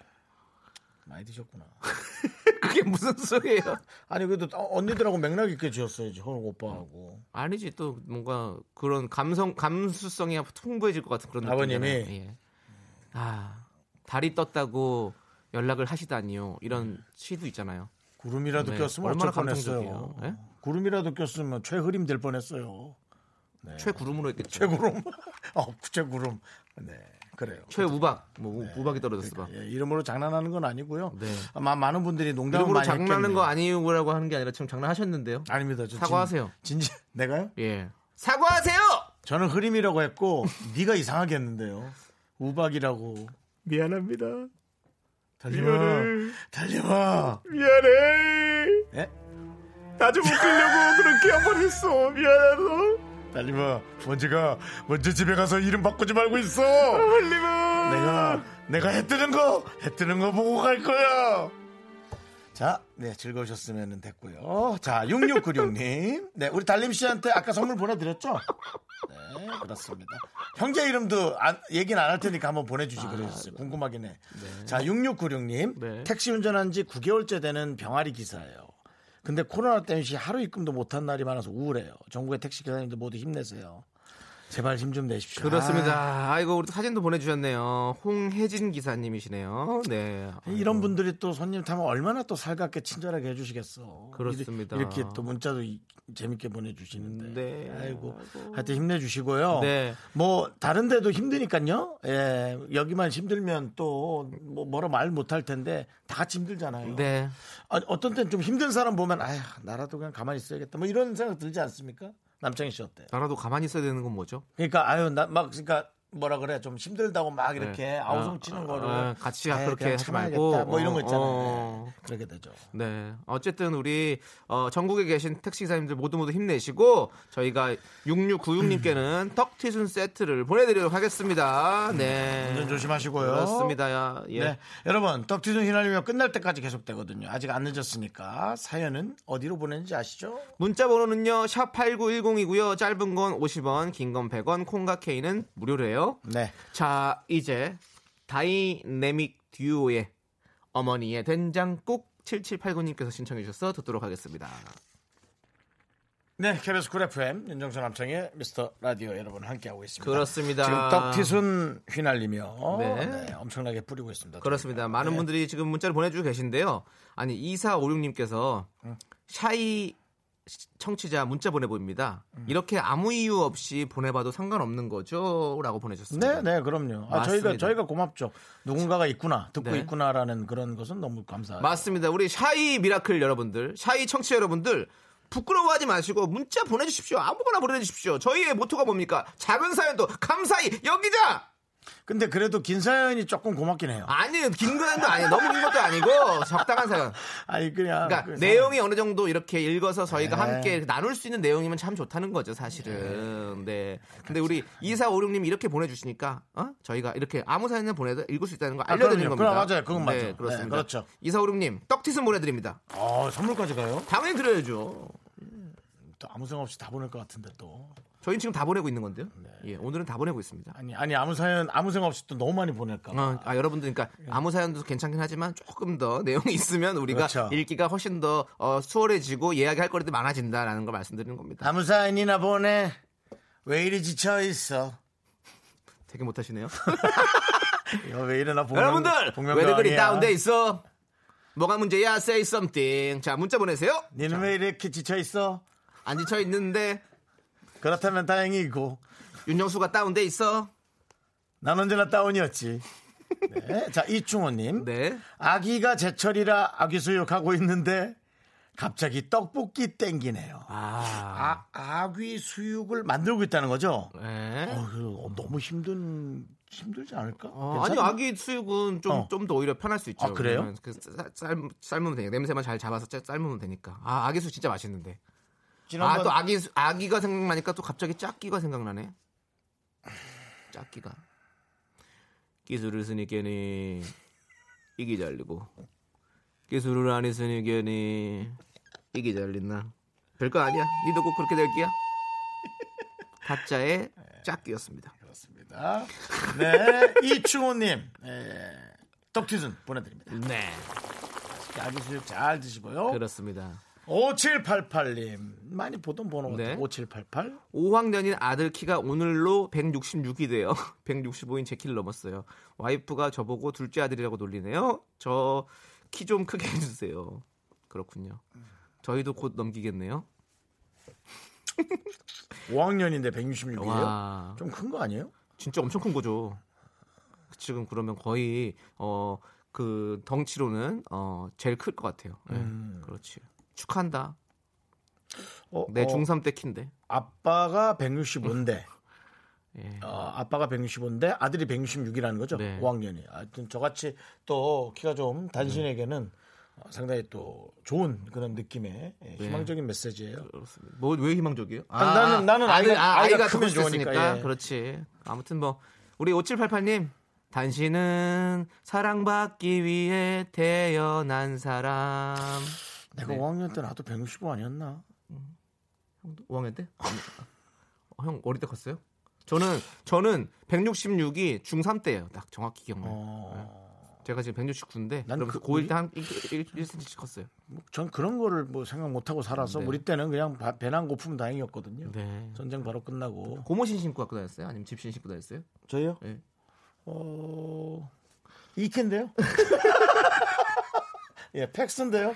많이 드셨구나. 그게 무슨 소리예요? 아니 그래도 어, 언니들하고 맥락 있게 지었어야지. 호롱 오빠하고. 아니지 또 뭔가 그런 감성 감수성이 풍부해질 것 같은 그런 아버님이? 느낌이잖아요. 예. 아 달이 떴다고 연락을 하시다니요 이런 시도 있잖아요. 구름이라도 그 네, 꼈으면 얼마나 얼마나 뻔했어요. 감동적이에요. 예? 구름이라도 꼈으면 최흐림 될 뻔했어요. 최구름으로 했겠죠. 네. 최구름. 어, 최구름. 네. 그래요. 최우박 뭐 네. 우- 우박이 떨어졌어 봐. 예, 이름으로 장난하는 건 아니고요. 네. 아마 많은 분들이 농담을 일부러 많이 장난하는 했겠네요. 거 아니고라고 하는 게 아니라 지금 장난하셨는데요. 아닙니다. 저 진- 사과하세요. 진지 내가요? 예 사과하세요. 저는 흐림이라고 했고 네가 이상하게 했는데요. 우박이라고. 미안합니다. 달려와. 달려와. 미안해. 예? 나 좀 웃기려고 그렇게 한 번 했어. 미안해서. 달려와. 먼저가 먼저 집에 가서 이름 바꾸지 말고 있어. 흘리면. 내가 내가 해 뜨는 거, 해 뜨는 거 보고 갈 거야. 자, 네, 즐거우셨으면 됐고요. 자, 6696님. 네, 우리 달림 씨한테 아까 선물 보내드렸죠? 네, 그렇습니다. 형제 이름도 안, 얘기는 안 할 테니까 한번 보내주시 그러셨어요. 궁금하긴 해. 자, 6696님. 아, 네. 택시 운전한 지 9개월째 되는 병아리 기사예요. 근데 코로나 때문에 하루 입금도 못한 날이 많아서 우울해요. 전국의 택시 기사님들 모두 힘내세요. 제발 힘 좀 내십시오. 그렇습니다. 아이고 우리 사진도 보내주셨네요. 홍혜진 기사님이시네요. 네. 아, 이런 분들이 또 손님 타면 얼마나 또 살갑게 친절하게 해주시겠어. 그렇습니다. 이리- 이렇게 또 문자도 이- 재밌게 보내주시는데. 네. 아이고. 하여튼 힘내주시고요. 네. 뭐 다른 데도 힘드니까요. 예. 여기만 힘들면 또 뭐, 뭐라 말 못할 텐데 다 같이 힘들잖아요. 네. 아, 어떤 때는 좀 힘든 사람 보면 아휴 나라도 그냥 가만히 있어야겠다. 뭐 이런 생각 들지 않습니까? 남창희 씨 어때요? 나라도 가만히 있어야 되는 건 뭐죠? 그러니까 아유 나 막 그러니까 뭐라 그래 좀 힘들다고 막 이렇게 네. 아우성 아, 치는 아, 거를 아, 같이 아이, 그렇게 그냥 하지 참아야겠다. 말고. 뭐 이런 거 어, 있잖아요. 어. 네. 그렇게 되죠. 네. 어쨌든 우리 어, 전국에 계신 택시 기사님들 모두 모두 힘내시고 저희가 6696님께는 떡튀순 세트를 보내드리도록 하겠습니다. 네. 운전 조심하시고요. 그렇습니다. 야, 예. 네, 여러분 덕지순 휘날리며 끝날 때까지 계속 되거든요. 아직 안 늦었으니까 사연은 어디로 보내는지 아시죠? 문자 번호는요 샵 8910이고요 짧은 건 50원 긴 건 100원 콩과 케이는 무료래요 네, 자 이제 다이내믹 듀오의 어머니의 된장국 7789님께서 신청해 주셔서 듣도록 하겠습니다. 네, KBS 쿨 FM 윤정수 남창의 미스터 라디오 여러분 함께하고 있습니다. 그렇습니다. 지금 떡티순 휘날리며 네. 네, 엄청나게 뿌리고 있습니다. 그렇습니다. 많은 네. 분들이 지금 문자를 보내주고 계신데요. 아니 2456님께서 음. 샤이 청취자 문자 보내보입니다. 이렇게 아무 이유 없이 보내봐도 상관없는 거죠?라고 보내셨습니다. 네, 네, 그럼요. 아, 맞습니다. 저희가 저희가 고맙죠. 누군가가 있구나, 듣고 네. 있구나라는 그런 것은 너무 감사해요. 맞습니다. 우리 샤이 미라클 여러분들, 샤이 청취자 여러분들 부끄러워하지 마시고 문자 보내주십시오. 아무거나 보내주십시오. 저희의 모토가 뭡니까? 작은 사연도 감사히 여기자. 근데 그래도 긴 사연이 조금 고맙긴 해요. 아니 긴 건도 아니에요. 너무 긴 것도 아니고 적당한 사연. 아니 그냥 그러니까 그래서- 내용이 어느 정도 이렇게 읽어서 저희가 네. 함께 나눌 수 있는 내용이면 참 좋다는 거죠, 사실은. 네. 그렇죠. 근데 우리 2456님 이렇게 보내주시니까, 어? 저희가 이렇게 아무 사연이나 보내도 읽을 수 있다는 걸 아, 알려드리는 그럼요. 겁니다. 그럼 맞아요. 그건 네, 맞죠. 그렇습니다. 네, 그렇죠. 2456님, 떡티슨 보내드립니다. 아, 선물까지 가요? 당연히 드려야죠. 또 아무 생각 없이 다 보낼 것 같은데 또 저희는 지금 다 보내고 있는 건데요. 네. 예, 오늘은 다 보내고 있습니다. 아니 아니 아무 사연 아무 생각 없이 또 너무 많이 보낼까? 봐. 어, 아, 여러분들, 그러니까 예. 아무 사연도 괜찮긴 하지만 조금 더 내용이 있으면 우리가 그렇죠. 읽기가 훨씬 더 어, 수월해지고 이야기할 거리도 많아진다라는 걸 말씀드리는 겁니다. 아무 사연이나 보내. 왜 이리 지쳐 있어? 되게 못하시네요. 이거 왜 이러나 보면 여러분들 왜들 그리 다운돼 있어? 뭐가 문제야? Say something. 자 문자 보내세요. 니는 왜 이렇게 지쳐 있어? 안 지쳐 있는데 그렇다면 다행이고 윤정수가 다운돼 있어. 난 언제나 다운이었지. 네. 자 이충호님. 네. 아기가 제철이라 아기 수육하고 있는데 갑자기 떡볶이 땡기네요. 아. 아, 아귀 수육을 만들고 있다는 거죠? 네. 어, 그, 어, 너무 힘든 힘들지 않을까? 어, 아니 괜찮나? 아기 수육은 좀 어. 좀 더 오히려 편할 수 있죠. 아, 그래요? 왜냐면 그 쌀- 삶, 삶으면 되니까 냄새만 잘 잡아서 짜- 삶으면 되니까. 아 아기 수 진짜 맛있는데. 아 지난번 또 아기 수- 아기가 생각나니까 또 갑자기 짝기가 생각나네. 짝기가 기술을 쓰니까니 이기 잘리고 기술을 안 했으니까니 이기 잘린나. 별거 아니야. 니도 꼭 그렇게 될 기야. 타짜의 짝기였습니다. 그렇습니다. 네, 이충호님 예, 떡튀순 보내드립니다. 네, 아기 수육 잘 어? 드시고요. 그렇습니다. 5788님 많이 보던 번호 같아요. 네. 5788. 5학년인 아들 키가 오늘로 166이 돼요. 165인 제 키를 넘었어요. 와이프가 저보고 둘째 아들이라고 놀리네요. 저 키 좀 크게 해주세요. 그렇군요. 저희도 곧 넘기겠네요. 5학년인데 166이에요. 와, 좀 큰 거 아니에요? 진짜 엄청 큰 거죠. 지금 그러면 거의 어 그 덩치로는 어 제일 클 것 같아요. 예, 음. 그렇지. 축한다. 어, 내 어, 중3 때 키인데. 아빠가 165인데 예. 어, 아빠가 165인데 아들이 166이라는 거죠. 네. 5학년이. 하여튼 저같이 또 키가 좀 단신에게는 어, 상당히 또 좋은 그런 느낌의 예, 네. 희망적인 그 메시지예요. 뭐왜 희망적이에요? 아, 나는- 나는 아이가- 아이가 크면 클 수도 좋으니까, 예. 그렇지. 아무튼 뭐 우리 5788님 당신은 사랑받기 위해 태어난 사람. 내가 네. 5학년 때 나도 165 아니었나? 5학년 때? 어, 형 어릴 때 컸어요? 저는 저는 166이 중3 때예요. 딱 정확히 기억나요. 네. 어, 제가 지금 169인데 난 그럼 그- 고1 때한 1cm씩 컸어요. 전 그런 거를 뭐 생각 못 하고 살아서 네. 우리 때는 그냥 바- 배낭 고프면 다행이었거든요. 네. 전쟁 바로 끝나고 고무신 신고 갖고 다녔어요? 아니면 집신 신고 다녔어요? 저희요? 네. 어, 이캔데요? 예, 팩스인데요.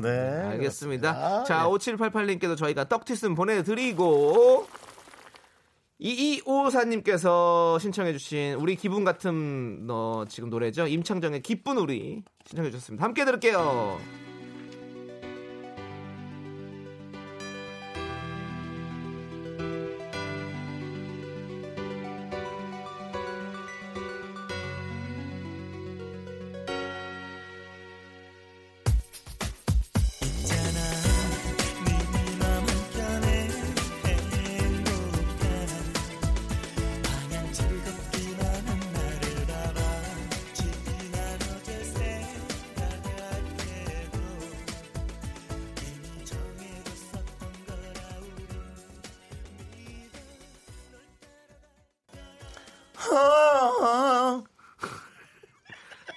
네, 알겠습니다. 그렇습니다. 자, 예. 5788님께서 저희가 떡티슨 보내드리고, 2254님께서 신청해주신 우리 기분 같은 너 지금 노래죠. 임창정의 기쁜 우리 신청해주셨습니다. 함께 들을게요. 아, 아.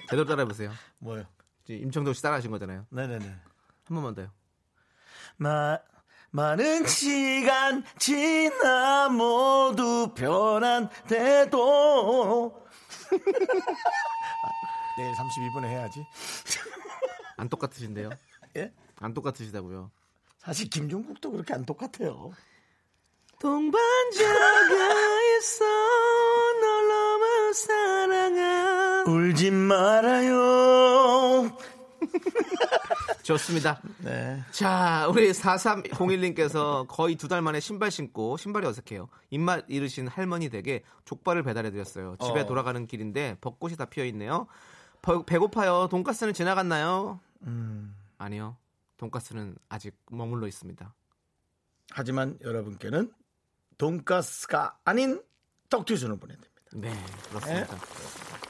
제대로 따라해보세요. 예. 뭐요? 임청도 씨 따라하신 거잖아요. 네네네. 한 번만 더요. 마, 많은 시간 지나 모두 변한데도 아, 내일 32분에 해야지. 안 똑같으신데요? 예? 안 똑같으시다고요. 사실 김종국도 그렇게 안 똑같아요. 동반자가 있어 널 너무 사랑한 울지 말아요. 좋습니다. 네. 자, 우리 4301님께서 거의 두 달 만에 신발 신고 신발이 어색해요. 입맛 잃으신 할머니 댁에 족발을 배달해드렸어요. 집에 어. 돌아가는 길인데 벚꽃이 다 피어있네요. 버- 배고파요. 돈가스는 지나갔나요? 음, 아니요. 돈가스는 아직 머물러 있습니다. 하지만 여러분께는 돈가스가 아닌 떡튀순을 보내드립니다. 네, 그렇습니다.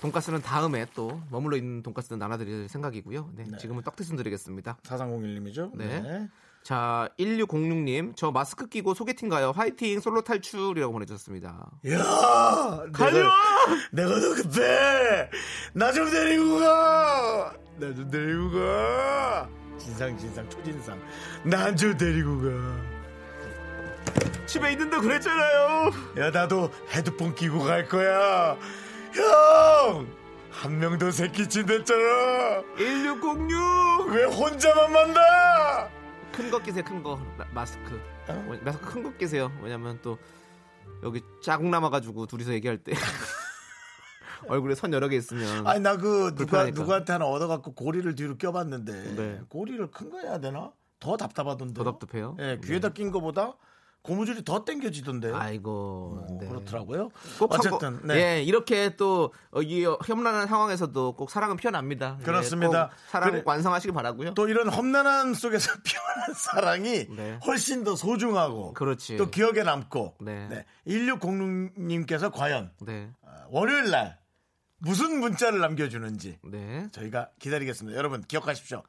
돈가스는 다음에 또 머물러 있는 돈가스는 나눠드릴 생각이고요. 네, 지금은 떡티순 드리겠습니다. 4301님이죠? 네. 자, 1606님, 저 마스크 끼고 소개팅 가요. 화이팅, 솔로 탈출이라고 보내주셨습니다. 야 갈려! 내가 너 그때 나 좀 데리고 가! 나 좀 데리고 가! 진상, 진상, 초진상. 나 좀 데리고 가. 집에 있는다 그랬잖아요. 야, 나도 헤드폰 끼고 갈 거야. 형! 한 명도 새끼 친댔잖아! 1606! 왜 혼자만 만나! 큰 거 끼세요, 큰 거. 마- 마스크. 어, 마스크 큰 거 끼세요. 왜냐면 또 여기 자국 남아가지고 둘이서 얘기할 때 얼굴에 선 여러 개 있으면 아니, 나 그 누가, 불편하니까. 누구한테 하나 얻어갖고 고리를 뒤로 껴봤는데, 네. 고리를 큰 거 해야 되나? 더 답답하던데. 더 답답해요. 예, 귀에다 낀 거보다 고무줄이 더 네. 땡겨지던데. 아이고. 어, 네. 그렇더라고요. 꼭 어쨌든 하고, 네. 예 이렇게 또이 험난한 상황에서도 꼭 사랑은 피어납니다. 예, 그렇습니다. 꼭 사랑 그래- 완성하시길 바라고요. 또 이런 험난함 속에서 피어난 사랑이 네. 훨씬 더 소중하고 그렇지. 또 기억에 남고 네. 1606님께서 과연 네, 어, 월요일 날 무슨 문자를 남겨주는지 네, 저희가 기다리겠습니다. 여러분 기억하십시오.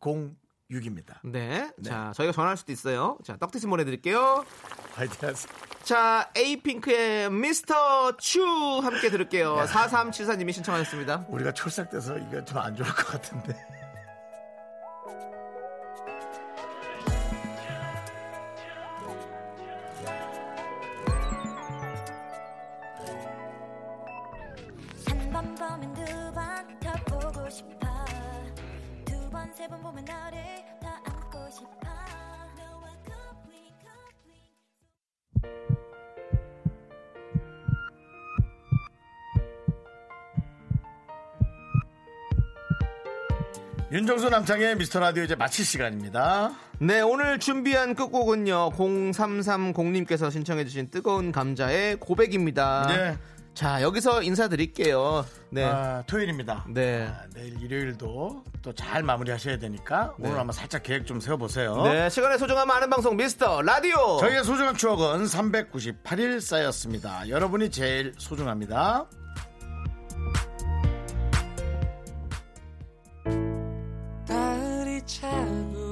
1606입니다. 네. 자 저희가 전화할 수도 있어요. 자 떡티스 보내드릴게요. 화이팅 하세요. 자 에이핑크의 미스터 츄 함께 들을게요. 4374님이 신청하셨습니다. 우리가 출석돼서 이거 좀 안 좋을 것 같은데. 한 번 보면 두 번 더 보고 싶어 두 번 세 번 보면 너를 더 안고 싶어 너와 커플링 커플링 윤정수 남창의 미스터 라디오 이제 마칠 시간입니다. 네, 오늘 준비한 끝곡은요. 0330님께서 신청해주신 뜨거운 감자의 고백입니다. 네. 자 여기서 인사드릴게요. 네. 아, 토요일입니다. 네. 아, 내일 일요일도 또 잘 마무리하셔야 되니까 네. 오늘 아마 살짝 계획 좀 세워보세요. 네, 시간의 소중함 아는 방송 미스터 라디오. 저희의 소중한 추억은 398일 쌓였습니다. 여러분이 제일 소중합니다. 가을이 차고